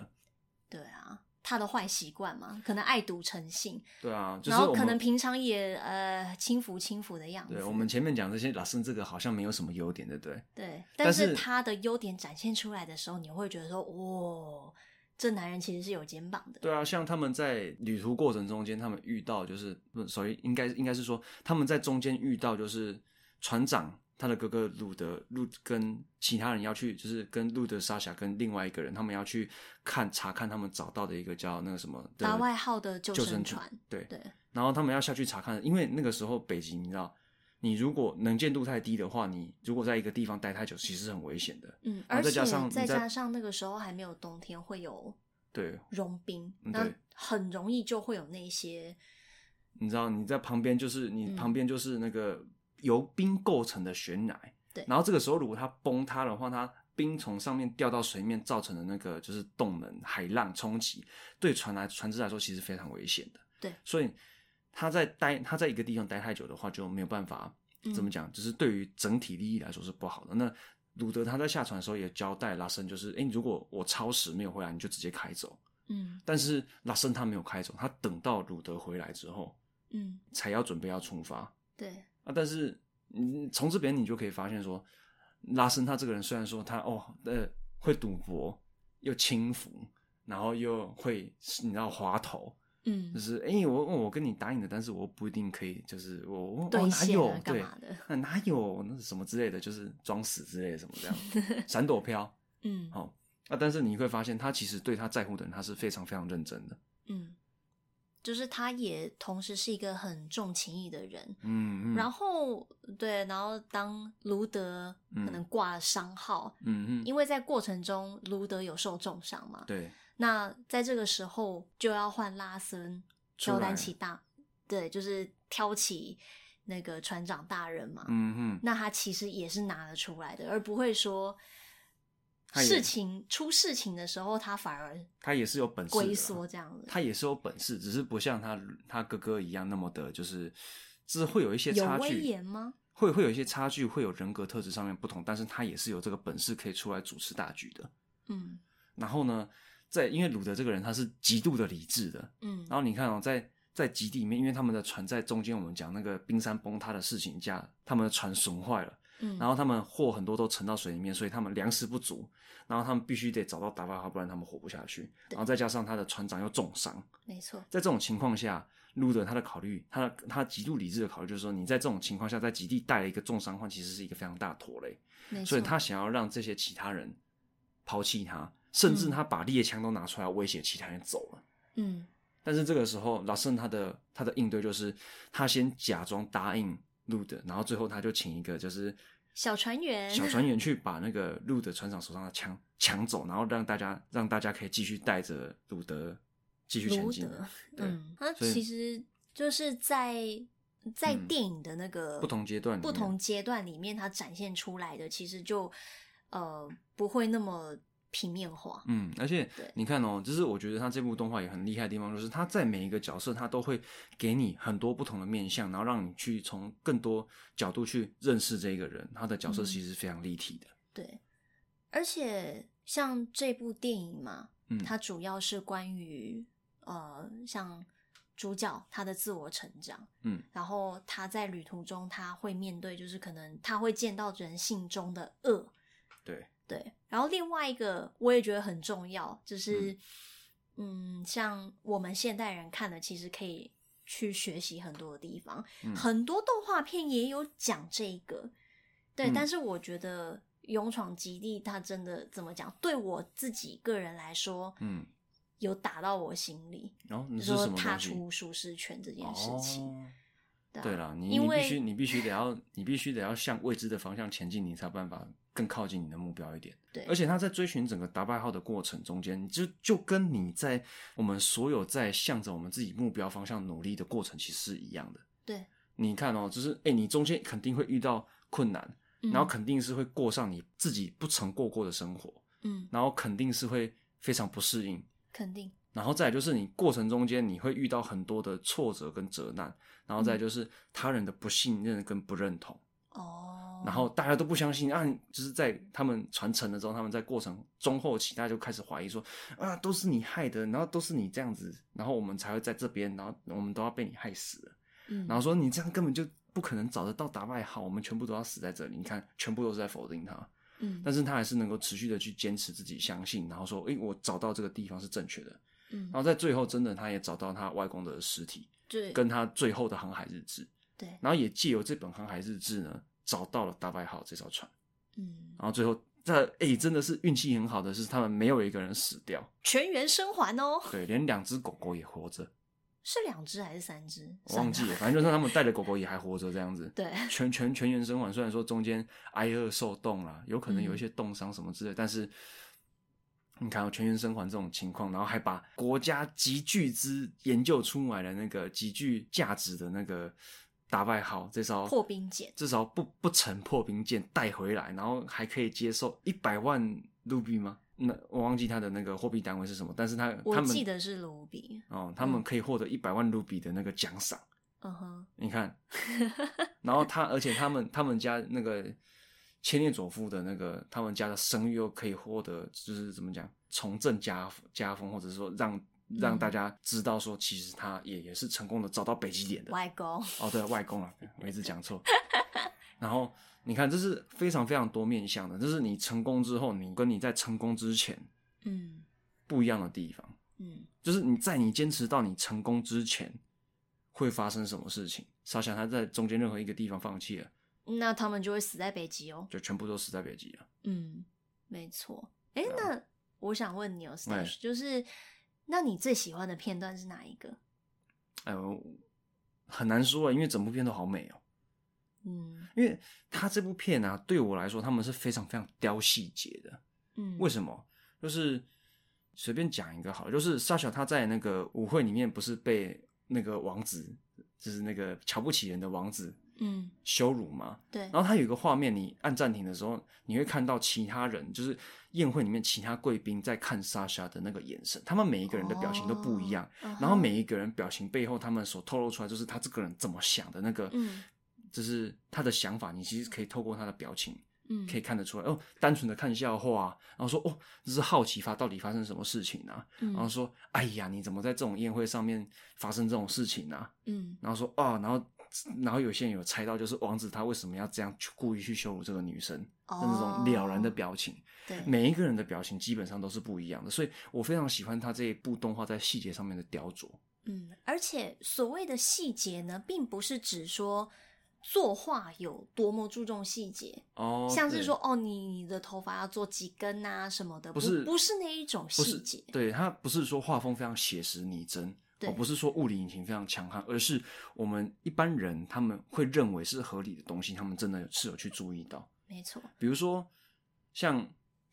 Speaker 2: 对啊，他的坏习惯嘛，可能爱赌成性，
Speaker 1: 对啊，就是
Speaker 2: 然后
Speaker 1: 我
Speaker 2: 可能
Speaker 1: 们
Speaker 2: 平常也呃轻浮轻浮的样子。
Speaker 1: 对我们前面讲这些老生这个好像没有什么优点，对不对？
Speaker 2: 对，
Speaker 1: 但
Speaker 2: 但是
Speaker 1: 是
Speaker 2: 他的优点展现出来的时候，你会觉得说，哦，这男人其实是有肩膀的。
Speaker 1: 对啊，像他们在旅途过程中间，他们遇到就是，不所以应该应该是说他们在中间遇到就是船长他的哥哥路德路跟其他人要去，就是跟路德沙霞跟另外一个人，他们要去看查看他们找到的一个叫那个什么的
Speaker 2: 达外号的救
Speaker 1: 救
Speaker 2: 生
Speaker 1: 生
Speaker 2: 船，
Speaker 1: 对
Speaker 2: 对，
Speaker 1: 然后他们要下去查看，因为那个时候北极，你知道，你如果能见度太低的话，你如果在一个地方待太久，其实是很危险的。
Speaker 2: 嗯，
Speaker 1: 然
Speaker 2: 而
Speaker 1: 后再
Speaker 2: 且
Speaker 1: 加上你
Speaker 2: 再
Speaker 1: 在
Speaker 2: 加上那个时候还没有冬天，会有
Speaker 1: 对，
Speaker 2: 融冰，
Speaker 1: 嗯
Speaker 2: 那
Speaker 1: 对
Speaker 2: 很容易就会有那些
Speaker 1: 你知道你在旁边就是你
Speaker 2: 嗯
Speaker 1: 旁边就是那个由冰构成的悬崖，
Speaker 2: 对
Speaker 1: 然后这个时候如果它崩塌的话，它冰从上面掉到水面造成的那个就是动能、海浪冲击，对船来船只来说其实非常危险的。
Speaker 2: 对，
Speaker 1: 所以他在待他在一个地方待太久的话，就没有办法
Speaker 2: 嗯
Speaker 1: 怎么讲，就是对于整体利益来说是不好的。那鲁德他在下船的时候也交代拉森，就是诶，如果我超时没有回来，你就直接开走。
Speaker 2: 嗯
Speaker 1: 但是拉森他没有开走，他等到鲁德回来之后
Speaker 2: 嗯，
Speaker 1: 才要准备要出发。
Speaker 2: 对，
Speaker 1: 啊，但是嗯，从这边你就可以发现说，拉伸他这个人虽然说他哦呃会赌博，又轻浮，然后又会你知道滑头，
Speaker 2: 嗯
Speaker 1: 就，是哎、诶我我跟你答应的，但是我不一定可以，就是我我我
Speaker 2: 兑
Speaker 1: 哪
Speaker 2: 现
Speaker 1: 哦有
Speaker 2: 啊干
Speaker 1: 对
Speaker 2: 嘛的 [LAUGHS]
Speaker 1: 啊哪有那什么之类的，就是装死之类的什么这样闪躲飘
Speaker 2: 嗯
Speaker 1: 哦啊，但是你会发现他其实对他在乎的人，他是非常非常认真的，
Speaker 2: 嗯，就是他也同时是一个很重情义的人。
Speaker 1: 嗯嗯，
Speaker 2: 然后对，然后当卢德可能
Speaker 1: 嗯
Speaker 2: 挂了伤号，
Speaker 1: 嗯嗯
Speaker 2: 因为在过程中卢德有受重伤嘛，
Speaker 1: 对
Speaker 2: 那在这个时候就要换拉森
Speaker 1: 出
Speaker 2: 挑担
Speaker 1: 来
Speaker 2: 起大，对，就是挑起那个船长大人嘛。
Speaker 1: 嗯嗯
Speaker 2: 那他其实也是拿得出来的，而不会说
Speaker 1: 他也
Speaker 2: 事情出事情的时候他反而
Speaker 1: 他也是有本事的
Speaker 2: 龟
Speaker 1: 啦
Speaker 2: 缩这样子。
Speaker 1: 他也是有本事，只是不像他他哥哥一样那么的，就是就是会有一些差
Speaker 2: 有威
Speaker 1: 距，
Speaker 2: 严吗？
Speaker 1: 会会有一些差距，会有人格特质上面不同，但是他也是有这个本事可以出来主持大局的。
Speaker 2: 嗯
Speaker 1: 然后呢，在因为鲁德这个人他是极度的理智的，
Speaker 2: 嗯
Speaker 1: 然后你看哦，在在极地里面，因为他们的船在中间，我们讲那个冰山崩塌的事情下，他们的船损坏了。
Speaker 2: 嗯，
Speaker 1: 然后他们货很多都沉到水里面，所以他们粮食不足，然后他们必须得找到达巴哈，不然他们活不下去。
Speaker 2: 对
Speaker 1: 然后再加上他的船长又重伤，
Speaker 2: 没错，
Speaker 1: 在这种情况下，路德他的考虑，他他极度理智的考虑就是说，你在这种情况下，在极地带了一个重伤患，其实是一个非常大的拖累，
Speaker 2: 没错。
Speaker 1: 所以他想要让这些其他人抛弃他，甚至
Speaker 2: 嗯
Speaker 1: 他把猎枪都拿出来威胁其他人走了。
Speaker 2: 嗯
Speaker 1: 但是这个时候，拉森他的他的应对就是，他先假装答应路德，然后最后他就请一个就是
Speaker 2: 小船员
Speaker 1: 小船员去把那个路德船长手上的枪抢走，然后让大家让大家可以继续带着路德继续前
Speaker 2: 卢
Speaker 1: 进。
Speaker 2: 德，
Speaker 1: 对，
Speaker 2: 嗯，他
Speaker 1: 所以
Speaker 2: 其实就是在在
Speaker 1: 嗯
Speaker 2: 电影的那个
Speaker 1: 不同阶段里
Speaker 2: 不
Speaker 1: 面
Speaker 2: 同阶段里面，它展现出来的其实就呃不会那么平面化，
Speaker 1: 嗯，而且
Speaker 2: 对
Speaker 1: 你看哦，就是我觉得他这部动画也很厉害的地方，就是他在每一个角色，他都会给你很多不同的面相，然后让你去从更多角度去认识这个人。他的角色
Speaker 2: 嗯
Speaker 1: 其实是非常立体的。
Speaker 2: 对。而且像这部电影嘛，
Speaker 1: 嗯，
Speaker 2: 它主要是关于呃像主角他的自我成长，
Speaker 1: 嗯，
Speaker 2: 然后他在旅途中他会面对，就是可能他会见到人性中的恶，
Speaker 1: 对，
Speaker 2: 对，然后另外一个我也觉得很重要，就是嗯像我们现代人看的，其实可以去学习很多的地方，
Speaker 1: 嗯
Speaker 2: 很多动画片也有讲这一个。对，
Speaker 1: 嗯
Speaker 2: 但是我觉得《勇闯极地》它真的怎么讲，对我自己个人来说，
Speaker 1: 嗯，
Speaker 2: 有打到我心里，
Speaker 1: 然后你
Speaker 2: 就是
Speaker 1: 什
Speaker 2: 说
Speaker 1: 么
Speaker 2: 踏
Speaker 1: 东西？
Speaker 2: 出舒适圈这件事情。
Speaker 1: 哦
Speaker 2: 对啊
Speaker 1: 对了，你
Speaker 2: 因
Speaker 1: 你
Speaker 2: 为
Speaker 1: 必须你必须得要你必须得要向未知的方向前进，你才有办法更靠近你的目标一点。
Speaker 2: 对，
Speaker 1: 而且他在追寻整个达拜号的过程中间，就就跟你在我们所有在向着我们自己目标方向努力的过程其实是一样的。
Speaker 2: 对，
Speaker 1: 你看哦，就是哎、诶你中间肯定会遇到困难，
Speaker 2: 嗯
Speaker 1: 然后肯定是会过上你自己不曾过过的生活，
Speaker 2: 嗯，
Speaker 1: 然后肯定是会非常不适应，
Speaker 2: 肯定
Speaker 1: 然后再来就是你过程中间你会遇到很多的挫折跟折难，然后再来
Speaker 2: 嗯
Speaker 1: 就是他人的不信任跟不认同。
Speaker 2: 哦。
Speaker 1: 然后大家都不相信啊，你就是在他们传承了之后，他们在过程中后期，大家就开始怀疑说啊，都是你害的，然后都是你这样子，然后我们才会在这边，然后我们都要被你害死了。
Speaker 2: 嗯，
Speaker 1: 然后说你这样根本就不可能找得到打败好，我们全部都要死在这里。你看，全部都是在否定他，
Speaker 2: 嗯
Speaker 1: 但是他还是能够持续的去坚持自己相信，然后说，诶，我找到这个地方是正确的。
Speaker 2: 嗯
Speaker 1: 然，后在最后，真的他也找到他外公的尸体，
Speaker 2: 对
Speaker 1: 跟他最后的航海日志，
Speaker 2: 对，
Speaker 1: 然后也借由这本航海日志呢，找到了打败好这艘船。
Speaker 2: 嗯，
Speaker 1: 然后最后这哎、真的是运气很好的是，他们没有一个人死掉，
Speaker 2: 全员生还哦。
Speaker 1: 对，连两只狗狗也活着，
Speaker 2: 是两只还是三只？
Speaker 1: 我忘记
Speaker 2: 三
Speaker 1: 了，
Speaker 2: 个
Speaker 1: 反正就是他们带的狗狗也还活着这样子。 [LAUGHS]
Speaker 2: 对，
Speaker 1: 全全全员生还，虽然说中间挨饿受冻啦，有可能有一
Speaker 2: 嗯
Speaker 1: 些冻伤什么之类，但是你看、哦、全员生还这种情况，然后还把国家集巨资研究出来的那个极具价值的那个打败号这艘
Speaker 2: 破冰舰
Speaker 1: 这艘不不沉破冰舰带回来，然后还可以接受一百万卢比吗？那我忘记他的那个货币单位是什么，但是他
Speaker 2: 我
Speaker 1: 他们
Speaker 2: 记得嗯是卢比。
Speaker 1: 哦，他们可以获得一百万卢比的那个奖赏。
Speaker 2: 嗯哼，
Speaker 1: 你看， [LAUGHS] 然后他，而且他们他们家那个切涅佐夫的那个他们家的声誉又可以获得，就是怎么讲，重振家家风，或者是说让让大家知道说，其实他也也是成功的找到北极点的。
Speaker 2: 外公，
Speaker 1: 哦，对，外公啊，我一直讲错。然后你看，这是非常非常多面向的，这是你成功之后，你跟你在成功之前
Speaker 2: 嗯
Speaker 1: 不一样的地方。
Speaker 2: 嗯，
Speaker 1: 就是你在你坚持到你成功之前，会发生什么事情？少想他在中间任何一个地方放弃了，
Speaker 2: 那他们就会死在北极哦。
Speaker 1: 就全部都死在北极了。
Speaker 2: 嗯，没错。哎，
Speaker 1: 啊
Speaker 2: 那我想问你哦
Speaker 1: 喂
Speaker 2: ，Stash，就是那你最喜欢的片段是哪一个？
Speaker 1: 哎呦，很难说啊，因为整部片都好美哦。
Speaker 2: 嗯
Speaker 1: 因为他这部片啊，对我来说，他们是非常非常雕细节的。
Speaker 2: 嗯，
Speaker 1: 为
Speaker 2: 什
Speaker 1: 什么？就是随便讲一个好了，就是莎小他在那个舞会里面不是被那个王子，就是那个瞧不起人的王子
Speaker 2: 嗯，
Speaker 1: 羞辱吗？
Speaker 2: 对，
Speaker 1: 然后它有一个画面，你按暂停的时候，你会看到其他人，就是宴会里面其他贵宾在看莎莎的那个眼神，他们每一个人的表情都不一样，
Speaker 2: 嗯哼
Speaker 1: 然后每一个人表情背后，他们所透露出来就是他这个人怎么想的那个，
Speaker 2: 嗯
Speaker 1: 就是他的想法，你其实可以透过他的表情
Speaker 2: 嗯
Speaker 1: 可以看得出来。哦，单纯的看笑话、然后说哦，这是好奇发到底发生什么事情啊，
Speaker 2: 嗯
Speaker 1: 然后说哎呀，你怎么在这种宴会上面发生这种事情啊？
Speaker 2: 嗯
Speaker 1: 然后说哦，然后然后有些人有猜到，就是王子他为什么要这样去故意去羞辱这个女生，
Speaker 2: 哦
Speaker 1: 那种了然的表情，
Speaker 2: 对，
Speaker 1: 每一个人的表情基本上都是不一样的，所以我非常喜欢他这一部动画在细节上面的雕琢。
Speaker 2: 嗯，而且所谓的细节呢，并不是指说作画有多么注重细节，
Speaker 1: 哦，
Speaker 2: 像是
Speaker 1: 对
Speaker 2: 说哦，你你的头发要做几根啊什么的，
Speaker 1: 不是
Speaker 2: 不是那一种
Speaker 1: 不是
Speaker 2: 细节，
Speaker 1: 对他不是说画风非常写实拟真，
Speaker 2: 对
Speaker 1: 哦，不是说物理引擎非常强悍，而是我们一般人他们会认为是合理的东西，他们真的是有去注意到。
Speaker 2: 没错。
Speaker 1: 比如说，像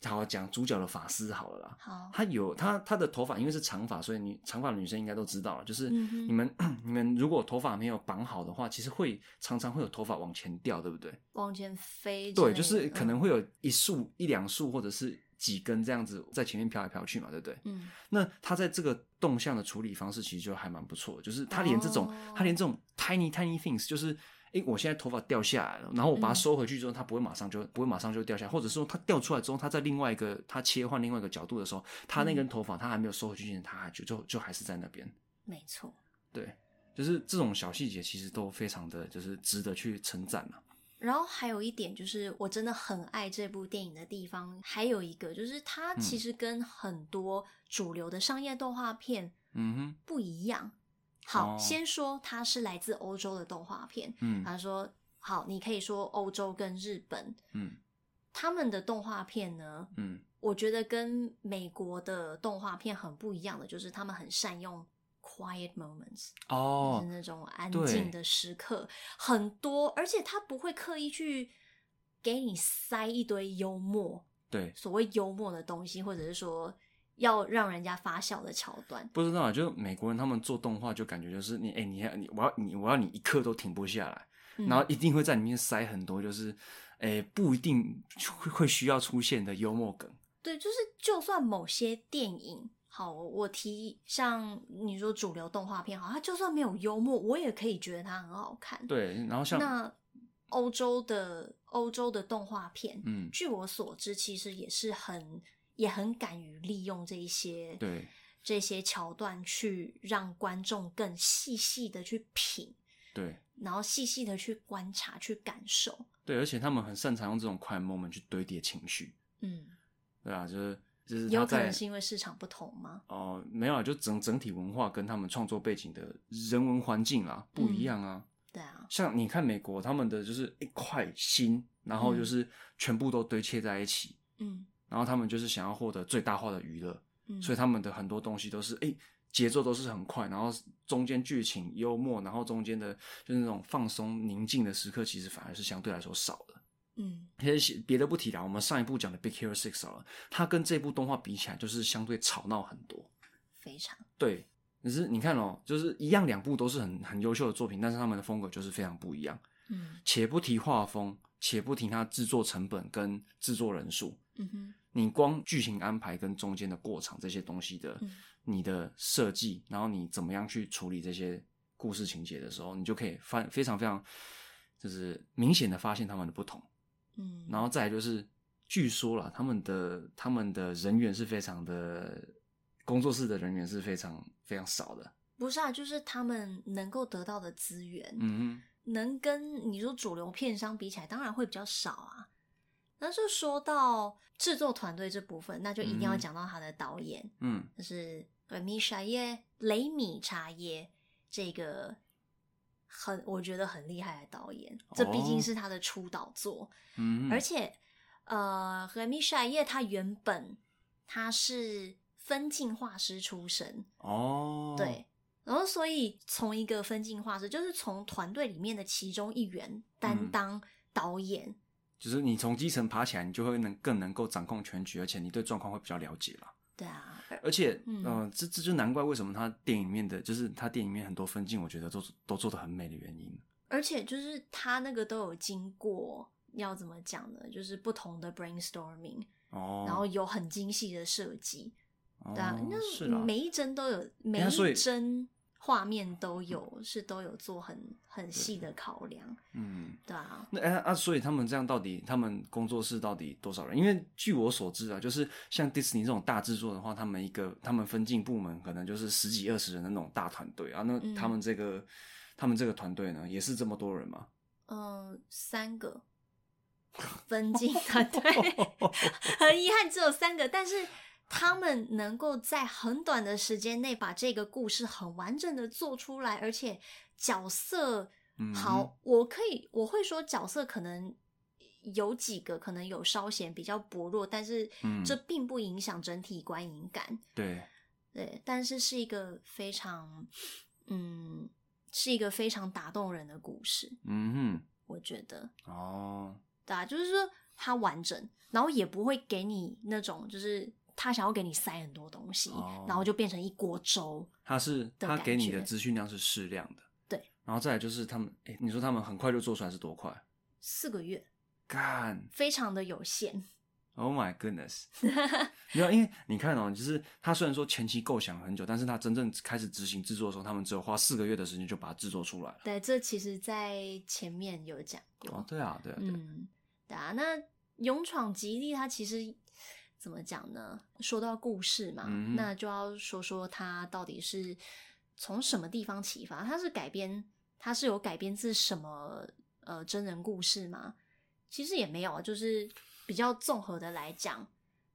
Speaker 1: 好讲主角的法师好了啦，
Speaker 2: 好，
Speaker 1: 他有他他的头发，因为是长发，所以你长发的女生应该都知道了，就是
Speaker 2: 嗯哼
Speaker 1: 你们、你们如果头发没有绑好的话，其实会常常会有头发往前掉，对不对？
Speaker 2: 往前飞之类
Speaker 1: 对，
Speaker 2: 的。
Speaker 1: 就是可能
Speaker 2: 嗯
Speaker 1: 会有一束、一两束或者是几根这样子在前面飘来飘去嘛，对不对？
Speaker 2: 嗯，
Speaker 1: 那他在这个动向的处理方式其实就还蛮不错的，就是他连这种、
Speaker 2: 哦
Speaker 1: 他连这种 tiny tiny things，就是诶、我现在头发掉下来了，然后我把它
Speaker 2: 嗯
Speaker 1: 收回去之后，它不会马上就不会马上就掉下来，或者是说它掉出来之后，它在另外一个它切换另外一个角度的时候，它那
Speaker 2: 嗯
Speaker 1: 根头发它还没有收回去之前，它还就就就还是在那边。
Speaker 2: 没错。
Speaker 1: 对，就是这种小细节其实都非常的就是值得去称赞啊了、
Speaker 2: 然后还有一点就是，我真的很爱这部电影的地方，还有一个就是它
Speaker 1: 嗯
Speaker 2: 其实跟很多主流的商业动画片
Speaker 1: 嗯哼，
Speaker 2: 不一样。好，
Speaker 1: 哦
Speaker 2: 先说它是来自欧洲的动画片。
Speaker 1: 嗯
Speaker 2: 他说，好，你可以说欧洲跟日本
Speaker 1: 嗯
Speaker 2: 他们的动画片呢，
Speaker 1: 嗯
Speaker 2: 我觉得跟美国的动画片很不一样的，就是他们很善用 quiet moments，、
Speaker 1: 哦
Speaker 2: 就是那种安
Speaker 1: 对
Speaker 2: 静的时刻，很多，而且他不会刻意去给你塞一堆幽默，
Speaker 1: 对，
Speaker 2: 所谓幽默的东西，或者是说要让人家发笑的桥段。
Speaker 1: 不知道啊，就美国人他们做动画就感觉就是你哎、你要你我要你我要你一刻都停不下来，
Speaker 2: 嗯
Speaker 1: 然后一定会在里面塞很多就是哎、不一定会会需要出现的幽默梗，
Speaker 2: 对，就是就算某些电影，好，我我提像你说主流动画片，好，它就算没有幽默，我也可以觉得它很好看。，
Speaker 1: 对，然后像
Speaker 2: 那欧洲的欧洲的动画片，
Speaker 1: 嗯
Speaker 2: 据我所知，其实也是很也很敢于利用这一些
Speaker 1: 对
Speaker 2: 这些桥段去让观众更细细的去品，
Speaker 1: 对
Speaker 2: 然后细细的去观察、去感受。
Speaker 1: 对，而且他们很擅长用这种快 moment 去堆叠情绪，
Speaker 2: 嗯，
Speaker 1: 对啊，就是就是他
Speaker 2: 有可
Speaker 1: 在
Speaker 2: 能是因为市场不同吗？
Speaker 1: 哦、没有啊，就整整体文化跟他们创作背景的人文环境啦
Speaker 2: 嗯
Speaker 1: 不一样啊。
Speaker 2: 对啊，
Speaker 1: 像你看美国，他们的就是一块心，然后
Speaker 2: 嗯
Speaker 1: 就是全部都堆砌在一起，
Speaker 2: 嗯
Speaker 1: 然后他们就是想要获得最大化的娱乐，
Speaker 2: 嗯，
Speaker 1: 所以他们的很多东西都是诶节奏都是很快，然后中间剧情幽默，然后中间的就是那种放松宁静的时刻，其实反而是相对来说少的。
Speaker 2: 嗯
Speaker 1: 其实别的不提啦，我们上一部讲的《Big Hero Six》好了，它跟这部动画比起来，就是相对吵闹很多。
Speaker 2: 非常。
Speaker 1: 对，可是你看哦，就是一样两部都是很很优秀的作品，但是他们的风格就是非常不一样。
Speaker 2: 嗯
Speaker 1: 且不提画风，且不提它制作成本跟制作人数，
Speaker 2: 嗯哼，
Speaker 1: 你光剧情安排跟中间的过场这些东西的，
Speaker 2: 嗯
Speaker 1: 你的设计，然后你怎么样去处理这些故事情节的时候，你就可以发非常非常就是明显的发现他们的不同。
Speaker 2: 嗯，
Speaker 1: 然后再来就是，据说啦，他们的他们的人员是非常的，工作室的人员是非常非常少的。
Speaker 2: 不是啊，就是他们能够得到的资源，
Speaker 1: 嗯
Speaker 2: 能跟你说主流片商比起来，当然会比较少啊。那就说到制作团队这部分，那就一定要
Speaker 1: 嗯
Speaker 2: 讲到他的导演，
Speaker 1: 哼，嗯，
Speaker 2: 就是呃米沙耶雷米查耶这个很我觉得很厉害的导演，这毕竟
Speaker 1: 哦
Speaker 2: 是他的出道作。
Speaker 1: 嗯哼，
Speaker 2: 而且，呃，和米沙耶他原本他是分镜画师出身，
Speaker 1: 哦，
Speaker 2: 对，然后所以从一个分镜画师，就是从团队里面的其中一员担
Speaker 1: 嗯
Speaker 2: 当导演，
Speaker 1: 就是你从基层爬起来，你就会能更能够掌控全局，而且你对状况会比较了解啦。
Speaker 2: 对啊，
Speaker 1: 而且，
Speaker 2: 嗯
Speaker 1: 嗯，这这就难怪为什么他电影里面的，就是他电影里面很多分镜，我觉得都都做的很美的原因。
Speaker 2: 而且就是他那个都有经过。要怎么讲呢？就是不同的 brainstorming，、
Speaker 1: 哦，
Speaker 2: 然后有很精细的设计，
Speaker 1: 哦
Speaker 2: 对啊，
Speaker 1: 是
Speaker 2: 那
Speaker 1: 啦，
Speaker 2: 每一帧都有，每
Speaker 1: 那所
Speaker 2: 一
Speaker 1: 以
Speaker 2: 帧画面都有，是都有做很很细的考量，
Speaker 1: 嗯，
Speaker 2: 对啊，
Speaker 1: 那哎啊，所以他们这样到底，他们工作室到底多少人？因为据我所知啊，就是像迪士尼这种大制作的话，他们一个他们分进部门可能就是十几二十人的那种大团队啊。那
Speaker 2: 嗯
Speaker 1: 他们这个、他们这个团队呢，也是这么多人嘛？ [LAUGHS]
Speaker 2: 嗯，三个分镜啊
Speaker 1: [LAUGHS]
Speaker 2: 团队，很遗憾只有三个，但是他们能够在很短的时间内把这个故事很完整的做出来，而且角色
Speaker 1: 嗯
Speaker 2: 好，我可以我会说角色可能。有几个可能有稍显比较薄弱，但是
Speaker 1: 嗯
Speaker 2: 这并不影响整体观影感。
Speaker 1: 对，
Speaker 2: 对，但是是一个非常，嗯，是一个非常打动人的故事，
Speaker 1: 嗯
Speaker 2: 我觉得，
Speaker 1: 哼，哦，
Speaker 2: 对啊，就是说它完整，然后也不会给你那种就是他想要给你塞很多东西，
Speaker 1: 哦
Speaker 2: 然后就变成一锅粥，
Speaker 1: 他是
Speaker 2: 的
Speaker 1: 他
Speaker 2: 感
Speaker 1: 给你的
Speaker 2: 觉
Speaker 1: 资讯量是适量的，
Speaker 2: 对，
Speaker 1: 然后再来就是他们，哎、你说他们很快就做出来是多快？
Speaker 2: 四个月，
Speaker 1: 干，
Speaker 2: 非常的有限，
Speaker 1: Oh my goodness！没
Speaker 2: [LAUGHS]
Speaker 1: 有，因为你看哦，就是他虽然说前期构想很久，但是他真正开始执行制作的时候，他们只有花四个月的时间就把它制作出来了。
Speaker 2: 对，这其实在前面有讲过，
Speaker 1: 哦，对啊，对啊，对啊
Speaker 2: 嗯，对啊，那《勇闯吉利》它其实怎么讲呢？说到故事嘛，
Speaker 1: 嗯
Speaker 2: 那就要说说它到底是从什么地方启发？它是改编，它是有改编自什么呃真人故事吗？其实也没有，啊就是比较综合的来讲，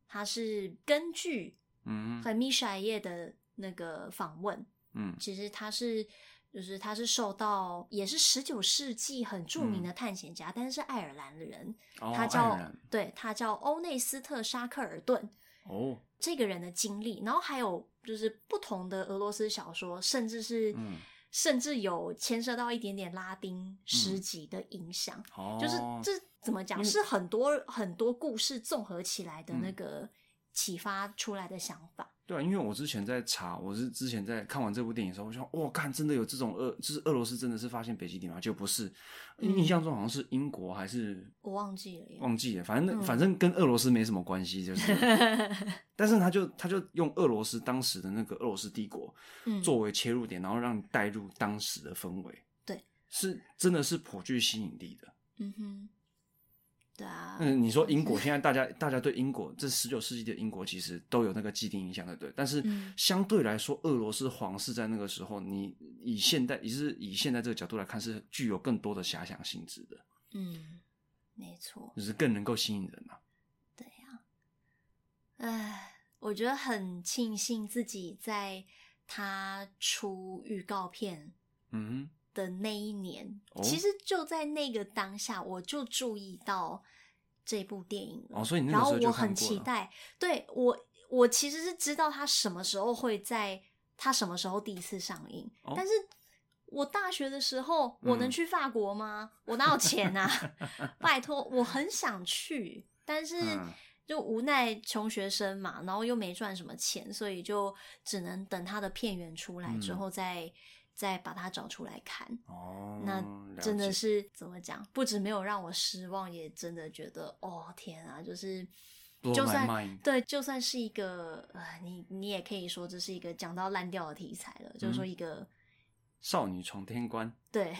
Speaker 2: 它是根据
Speaker 1: 嗯
Speaker 2: 和 Misha 叶的那个访问，
Speaker 1: 嗯
Speaker 2: 其实他是，就是他是受到也是十九世纪很著名的探险家，但是是爱尔兰的人，
Speaker 1: 嗯哦
Speaker 2: 他
Speaker 1: 爱尔
Speaker 2: 叫
Speaker 1: 兰
Speaker 2: 对，他叫欧内斯特沙克尔顿
Speaker 1: 哦，
Speaker 2: 这个人的经历，然后还有就是不同的俄罗斯小说，甚至是、
Speaker 1: 嗯
Speaker 2: 甚至有牵涉到一点点拉丁诗集的影响，
Speaker 1: 嗯哦，
Speaker 2: 就是这怎么讲，是很多很多故事综合起来的那
Speaker 1: 嗯
Speaker 2: 个启发出来的想法。
Speaker 1: 对啊，因为我之前在查，我是之前在看完这部电影的时候，我想，哇，看真的有这种俄，就是俄罗斯真的是发现北极点吗？就不是，
Speaker 2: 嗯
Speaker 1: 印象中好像是英国还是
Speaker 2: 我忘记了耶
Speaker 1: 忘记了，反正、
Speaker 2: 嗯
Speaker 1: 反正跟俄罗斯没什么关系，
Speaker 2: [LAUGHS]
Speaker 1: 就是。但是他就他就用俄罗斯当时的那个俄罗斯帝国
Speaker 2: 嗯
Speaker 1: 作为切入点，然后让你带入当时的氛围。
Speaker 2: 对，
Speaker 1: 是真的是颇具吸引力的。
Speaker 2: 嗯哼，对啊，
Speaker 1: 嗯，你说英国现在大家大家对英国这十九世纪的英国其实都有那个既定印象的，对。但是
Speaker 2: 嗯
Speaker 1: 相对来说，俄罗斯皇室在那个时候，你以现代也是以现在这个角度来看，是具有更多的遐想性质的，
Speaker 2: 嗯，没错，
Speaker 1: 就是更能够吸引人啊。
Speaker 2: 对呀、唉，我觉得很庆幸自己在他出预告片
Speaker 1: 嗯
Speaker 2: 的那一年，
Speaker 1: 哦
Speaker 2: 其实就在那个当下，我就注意到这部电影了。
Speaker 1: 哦所以你那个
Speaker 2: 然后
Speaker 1: 时候就
Speaker 2: 我
Speaker 1: 看过
Speaker 2: 很期
Speaker 1: 了
Speaker 2: 待，对我，我其实是知道他什么时候会在，他什么时候第一次上映，
Speaker 1: 哦
Speaker 2: 但是。我大学的时候，我能
Speaker 1: 嗯
Speaker 2: 去法国吗？我哪有钱啊！ [LAUGHS] 拜托，我很想去，但是
Speaker 1: 嗯
Speaker 2: 就无奈穷学生嘛，然后又没赚什么钱，所以就只能等他的片源出来之
Speaker 1: 嗯
Speaker 2: 后再、再把它找出来看。
Speaker 1: 哼，哦，
Speaker 2: 那
Speaker 1: 了
Speaker 2: 真的
Speaker 1: 解
Speaker 2: 是怎么讲？不止没有让我失望，也真的觉得哦天啊，就是
Speaker 1: Blow
Speaker 2: 就
Speaker 1: my
Speaker 2: 算
Speaker 1: mind
Speaker 2: 对，就算是一个呃，你你也可以说这是一个讲到烂掉的题材了，就是说
Speaker 1: 嗯
Speaker 2: 一个、
Speaker 1: 少女闯天关。 [LAUGHS]
Speaker 2: 对，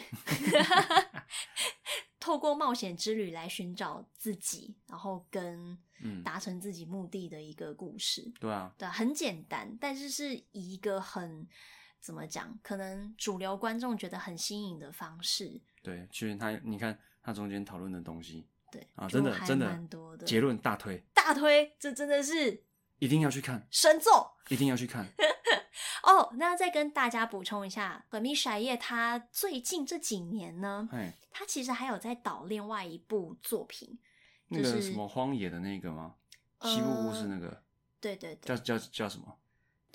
Speaker 2: [LAUGHS] 透过冒险之旅来寻找自己，然后跟
Speaker 1: 嗯
Speaker 2: 达成自己目的的一个故事。
Speaker 1: 对啊，
Speaker 2: 对啊，很简单，但是是以一个很怎么讲，可能主流观众觉得很新颖的方式。
Speaker 1: 对，其实他你看他中间讨论的东西
Speaker 2: 对
Speaker 1: 啊，
Speaker 2: 就
Speaker 1: 真的
Speaker 2: 还
Speaker 1: 真
Speaker 2: 蛮多的
Speaker 1: 结论大推，
Speaker 2: 大推，这真的是
Speaker 1: 一定要去看，
Speaker 2: 神作
Speaker 1: 一定要去
Speaker 2: [LAUGHS]
Speaker 1: 看。
Speaker 2: 哦。那再跟大家补充一下，葛米沙叶他最近这几年呢，
Speaker 1: 哎，
Speaker 2: 他其实还有在导另外一部作品，
Speaker 1: 那
Speaker 2: 就
Speaker 1: 个
Speaker 2: 是呃
Speaker 1: 什么荒野的那个吗？西部故事那个
Speaker 2: 对对对，
Speaker 1: 叫叫叫什么？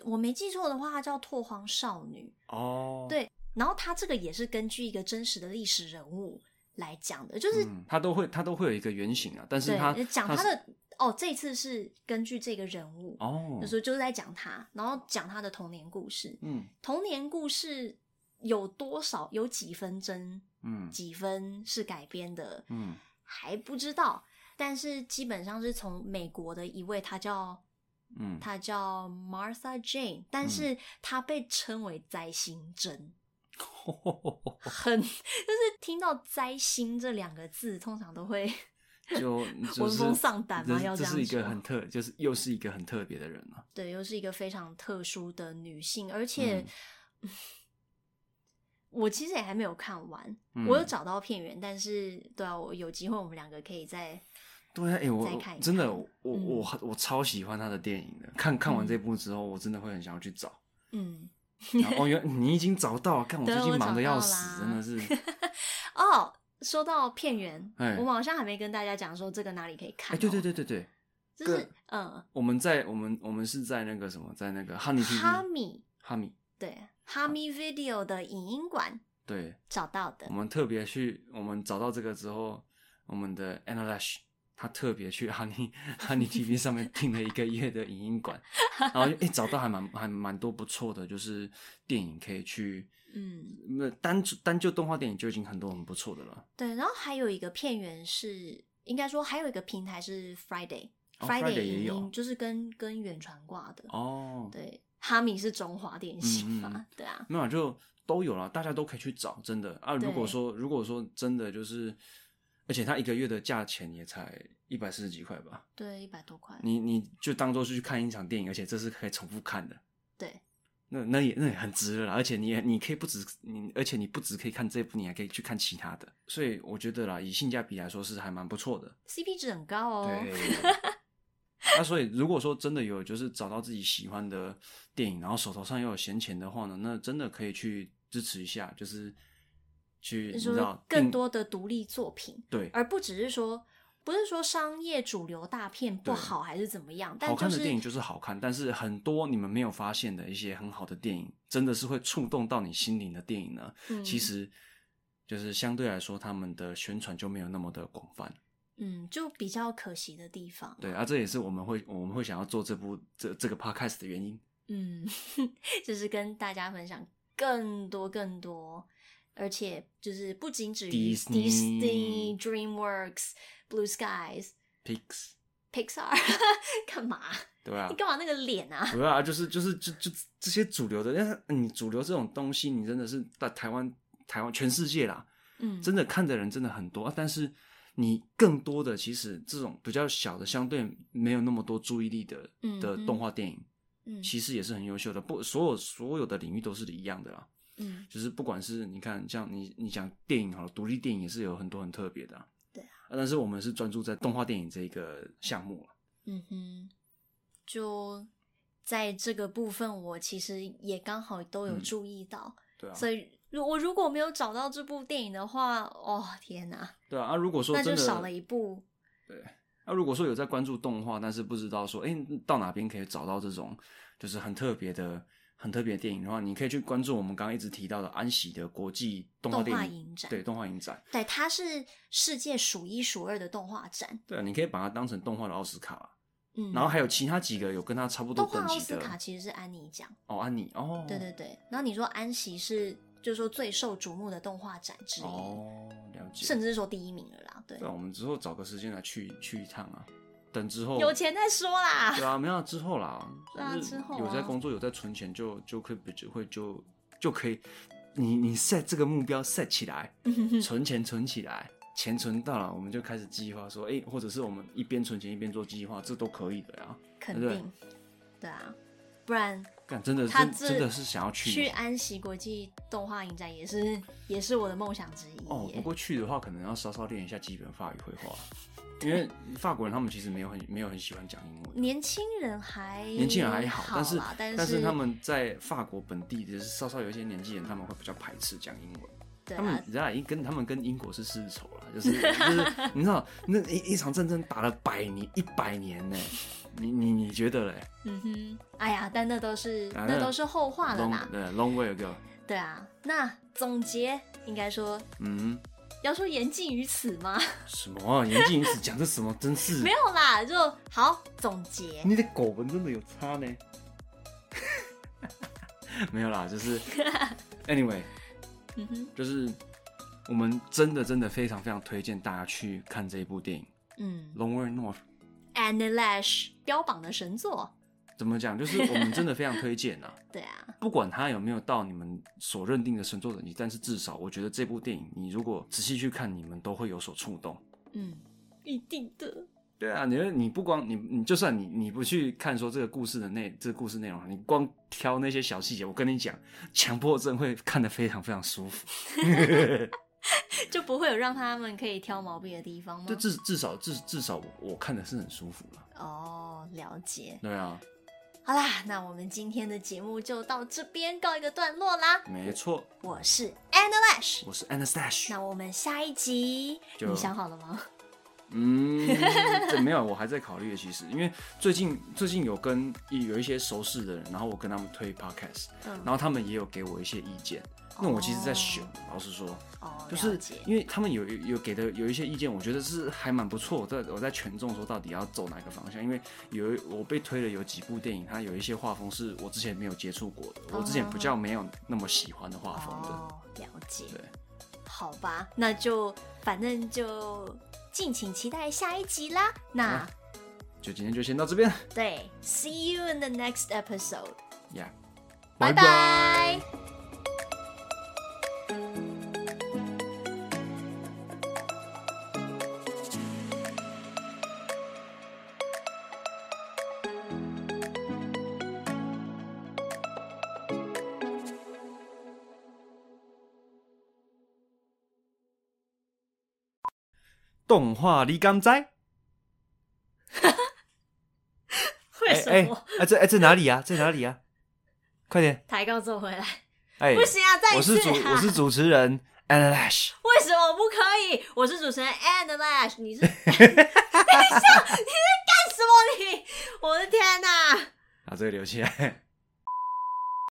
Speaker 2: 我没记错的话，它叫《拓荒少女》。
Speaker 1: 哦，
Speaker 2: 对然后他这个也是根据一个真实的历史人物来讲的，就是
Speaker 1: 嗯，他都会他都会有一个原型啊，但是
Speaker 2: 对，
Speaker 1: 他
Speaker 2: 就讲他
Speaker 1: 是
Speaker 2: 的哦，这次是根据这个人物，
Speaker 1: 哦
Speaker 2: 就，是就是在讲他，然后讲他的童年故事。
Speaker 1: 嗯
Speaker 2: 童年故事有多少？有几分真？
Speaker 1: 嗯
Speaker 2: 几分是改编的？
Speaker 1: 嗯，
Speaker 2: 还不知道。但是基本上是从美国的一位，他叫
Speaker 1: 嗯，
Speaker 2: 他叫 Martha Jane，但是他被称为灾星
Speaker 1: [LAUGHS]
Speaker 2: 针。很，就是听到“灾星”这两个字，通常都会 [LAUGHS]
Speaker 1: 就就
Speaker 2: 闻
Speaker 1: 是
Speaker 2: 风丧胆
Speaker 1: 这
Speaker 2: 吗
Speaker 1: 是
Speaker 2: 要
Speaker 1: 这
Speaker 2: 这
Speaker 1: 是
Speaker 2: 样
Speaker 1: 一个
Speaker 2: 说
Speaker 1: 很特，就是又是一个很特别的人啊。
Speaker 2: 对，又是一个非常特殊的女性，而且、
Speaker 1: 嗯
Speaker 2: [LAUGHS] 我其实也还没有看完，
Speaker 1: 嗯
Speaker 2: 我有找到片源，但是对啊，我有机会我们两个可以再
Speaker 1: 对啊，哎、我
Speaker 2: 再
Speaker 1: 我
Speaker 2: 看一
Speaker 1: 真的
Speaker 2: 看
Speaker 1: 我、
Speaker 2: 嗯
Speaker 1: 我我超喜欢他的电影的。看看完
Speaker 2: 嗯
Speaker 1: 这部之后，我真的会很想要去
Speaker 2: [LAUGHS]
Speaker 1: 找。
Speaker 2: 嗯
Speaker 1: 然后哦，原你已经找到了，看我
Speaker 2: 对啊
Speaker 1: 最近
Speaker 2: 我
Speaker 1: 忙
Speaker 2: 找
Speaker 1: 的要
Speaker 2: 到啊
Speaker 1: 死，
Speaker 2: 啦
Speaker 1: 真的是。 [LAUGHS]
Speaker 2: 哦。说到片源，
Speaker 1: 哎
Speaker 2: 我们好像还没跟大家讲说这个哪里可以
Speaker 1: 哎、
Speaker 2: 看、哦。
Speaker 1: 对对对对对，
Speaker 2: 就是嗯，
Speaker 1: 我们在我们我们是在那个什么，在那个 Honey
Speaker 2: 哈
Speaker 1: TV
Speaker 2: 米
Speaker 1: 哈米，
Speaker 2: 对哈米 Video 的影音馆
Speaker 1: 对，
Speaker 2: 找到的
Speaker 1: 我，们特别去，我们找到这个之后，我们的 Anna Lash 他特别去 Honey Honey TV 上面订了一个月的影音馆，然后诶、找到还蛮还蛮多不错的，就是电影可以去，
Speaker 2: 嗯，
Speaker 1: 那单单就动画电影就已经很多很不错的了。
Speaker 2: 对，然后还有一个片源是，应该说还有一个平台是 Friday。
Speaker 1: 哦，Friday 也
Speaker 2: 影
Speaker 1: 有
Speaker 2: 音就是跟跟远传挂的，
Speaker 1: 哦，
Speaker 2: 对，哈米是中华电信嘛，
Speaker 1: 嗯嗯嗯
Speaker 2: 对啊，
Speaker 1: 没有啊就都有了，大家都可以去找，真的啊。
Speaker 2: 对
Speaker 1: 如果说如果说真的就是，而且他一个月的价钱也才一百四十几块吧，
Speaker 2: 对，一百多块，
Speaker 1: 你你就当做是去看一场电影，而且这是可以重复看的。
Speaker 2: 对，
Speaker 1: 那那也那也很值了啦，而且你也你可以不止你，而且你不止可以看这部，你还可以去看其他的，所以我觉得啦，以性价比来说是还蛮不错的。
Speaker 2: CP 值很高哦，
Speaker 1: 对。 [LAUGHS] 那所以如果说真的有就是找到自己喜欢的电影，然后手头上又有闲钱的话呢，那真的可以去支持一下，就是去
Speaker 2: 就
Speaker 1: 你
Speaker 2: 是
Speaker 1: 知道
Speaker 2: 说更
Speaker 1: 订
Speaker 2: 多的独立作品，
Speaker 1: 对
Speaker 2: 而不只是说不是说商业主流大片不好还是怎么样，但
Speaker 1: 好
Speaker 2: 就
Speaker 1: 看
Speaker 2: 是
Speaker 1: 的电影就是好看，但是很多你们没有发现的一些很好的电影，真的是会触动到你心灵的电影呢。
Speaker 2: 嗯
Speaker 1: 其实就是相对来说，他们的宣传就没有那么的广泛。
Speaker 2: 嗯，就比较可惜的地方，
Speaker 1: 对啊，这也是我们会我们会想要做这部这这个 podcast 的原因。
Speaker 2: 嗯， [LAUGHS] 就是跟大家分享更多更多，而且就是不仅止于
Speaker 1: Disney
Speaker 2: Disney、DreamWorks、Blue Skies、
Speaker 1: Pics，
Speaker 2: Pixar，干
Speaker 1: [LAUGHS]
Speaker 2: 嘛？
Speaker 1: 对啊
Speaker 2: 你，干嘛那个脸啊？
Speaker 1: 不要啊，就是就是就就这些主流的，但是你主流这种东西，你真的是在台湾台湾全世界啦，
Speaker 2: 嗯，
Speaker 1: 真的看的人真的很多，啊但是你更多的其实这种比较小的，相对没有那么多注意力的
Speaker 2: 嗯
Speaker 1: 的
Speaker 2: 嗯
Speaker 1: 动画电影，
Speaker 2: 嗯
Speaker 1: 其实也是很优秀的。不，所有所有的领域都是一样的啦。
Speaker 2: 嗯
Speaker 1: 就是不管是你看，像你你讲电影好了，独立电影也是有很多很特别的、啊。
Speaker 2: 对啊
Speaker 1: 但是我们是专注在动画电影这一个项目了。
Speaker 2: 嗯哼，就在这个部分，我其实也刚好都有
Speaker 1: 嗯
Speaker 2: 注意到，
Speaker 1: 对啊，
Speaker 2: 所以如我如果没有找到这部电影的话，哦天哪，
Speaker 1: 对啊。啊，如果说
Speaker 2: 那
Speaker 1: 真
Speaker 2: 就
Speaker 1: 的
Speaker 2: 少了一部。
Speaker 1: 那、如果说有在关注动画，但是不知道说，哎、到哪边可以找到这种就是很特别的、很特别的电影的话，你可以去关注我们刚刚一直提到的安喜的国际动画
Speaker 2: 动
Speaker 1: 电
Speaker 2: 画
Speaker 1: 影
Speaker 2: 影展
Speaker 1: 对动画影展，
Speaker 2: 对，它是世界数一数二的动画展。
Speaker 1: 对啊，你可以把它当成动画的奥斯卡啦。
Speaker 2: 嗯，
Speaker 1: 然后还有其他几个有跟它差不多
Speaker 2: 动画
Speaker 1: 等
Speaker 2: 奥
Speaker 1: 级
Speaker 2: 斯
Speaker 1: 的
Speaker 2: 卡其实是安妮奖，
Speaker 1: 哦，安妮哦，
Speaker 2: 对对对。然后你说安息是，就是说最受瞩目的动画展之一，
Speaker 1: 哦，了解。
Speaker 2: 甚至是说第一名了啦。对
Speaker 1: 对，啊，我们之后找个时间来去去一趟啊，等之后
Speaker 2: 有钱再说
Speaker 1: [LAUGHS]
Speaker 2: 啦。
Speaker 1: 对啊，没有之后啦，
Speaker 2: 对啊
Speaker 1: 就是
Speaker 2: 之后啊
Speaker 1: 有在工作，有在存钱就，就可以就会就就可以，你你 set 这个目标 set 起来， [LAUGHS]
Speaker 2: 嗯
Speaker 1: 存钱存起来，钱存到了，我们就开始计划说，哎、或者是我们一边存钱一边做计划，这都可以的呀。
Speaker 2: 肯
Speaker 1: 对不对
Speaker 2: 定，对啊，不然
Speaker 1: 干，真的
Speaker 2: 他
Speaker 1: 真
Speaker 2: 这
Speaker 1: 真的是想要去
Speaker 2: 去安息国际动画影展也是也是我的梦想之一耶。
Speaker 1: 哦。不过去的话，可能要稍稍练一下基本法语绘
Speaker 2: [LAUGHS]
Speaker 1: 画，因为法国人他们其实没有很没有很喜欢讲英文。
Speaker 2: 年轻人还
Speaker 1: 年轻人还
Speaker 2: 好
Speaker 1: 好，但是
Speaker 2: 啦
Speaker 1: 但
Speaker 2: 是
Speaker 1: 他们在法国本地，就是稍稍有一些年纪人，他们会比较排斥讲英文。
Speaker 2: 对
Speaker 1: 他们
Speaker 2: 啊
Speaker 1: 人，家已经跟他们跟英国是世仇了，就是 [LAUGHS] 就是你知道那一一场战争打了百年一百年呢， [LAUGHS] 你你你觉得嘞？
Speaker 2: 嗯哼，哎呀，但那都是、
Speaker 1: 啊
Speaker 2: 那都是后话了
Speaker 1: Long
Speaker 2: 啦。
Speaker 1: 对 long way ago，
Speaker 2: 对啊，那总结应该说
Speaker 1: 嗯，
Speaker 2: 要说言尽于此吗？
Speaker 1: 什么啊？言尽于此，讲这什么？真是
Speaker 2: [LAUGHS] 没有啦，就好总结。
Speaker 1: 你的狗纹真的有差呢。 [LAUGHS] 没有啦，就是
Speaker 2: [LAUGHS]
Speaker 1: anyway，
Speaker 2: 嗯哼，
Speaker 1: 就是我们真的真的非常非常推荐大家去看这一部电影
Speaker 2: 嗯
Speaker 1: 《Long Way North》。
Speaker 2: ，Anne Lash 标榜的神作。
Speaker 1: 怎么讲？就是我们真的非常推荐啊。
Speaker 2: 对啊，
Speaker 1: 不管它有没有到你们所认定的神作等级，但是至少我觉得这部电影，你如果仔细去看，你们都会有所触动。
Speaker 2: 嗯，一定的。
Speaker 1: 对啊，你你不光你你就算你你不去看说这个故事的内这个故事内容，你光挑那些小细节，我跟你讲，强迫症会看得非常非常舒服。
Speaker 2: 就不会有让他们可以挑毛病的地方吗
Speaker 1: 就？至至少至至少我我看的是很舒服了。
Speaker 2: 哦，了解。
Speaker 1: 对啊，
Speaker 2: 好啦，那我们今天的节目就到这边告一个段落啦。
Speaker 1: 没错，
Speaker 2: 我是 Anna Lash，
Speaker 1: 我是 Anastash，
Speaker 2: 那我们下一集
Speaker 1: 就
Speaker 2: 你想好了吗？
Speaker 1: [LAUGHS] 嗯，这没有，我还在考虑。其实，因为最近最近有跟有一些熟识的人，然后我跟他们推 podcast，、然后他们也有给我一些意见。那我其实在选，老实说，
Speaker 2: 哦，
Speaker 1: 就是
Speaker 2: 了解
Speaker 1: 因为他们有有给的有一些意见，我觉得是还蛮不错。但我在权重说到底要走哪个方向，因为有我被推了有几部电影，它有一些画风是我之前没有接触过的，我之前比较没有那么喜欢的画风的。
Speaker 2: 哦，了解。
Speaker 1: 对
Speaker 2: 好吧，那就反正就敬请期待下一集啦。那、
Speaker 1: 啊就今天就先到这边，
Speaker 2: 对，see you in the next episode，
Speaker 1: 呀、
Speaker 2: 拜
Speaker 1: 哎
Speaker 2: 拜。
Speaker 1: 动画离干斋。
Speaker 2: 为什
Speaker 1: 哎
Speaker 2: 么？
Speaker 1: 哎，这哎这哪里啊？这哪里啊？快点！
Speaker 2: 抬高走回来，
Speaker 1: 哎，
Speaker 2: 不行啊！再一
Speaker 1: 我
Speaker 2: 次
Speaker 1: 是主
Speaker 2: 啊！
Speaker 1: 我是主持人 a n Lash。
Speaker 2: 为什么不可以？我是主持人 And Lash，
Speaker 1: [LAUGHS]
Speaker 2: 你是 [LAUGHS] 等一下，你在干什么你？我的天哪、
Speaker 1: 啊把这个留起来。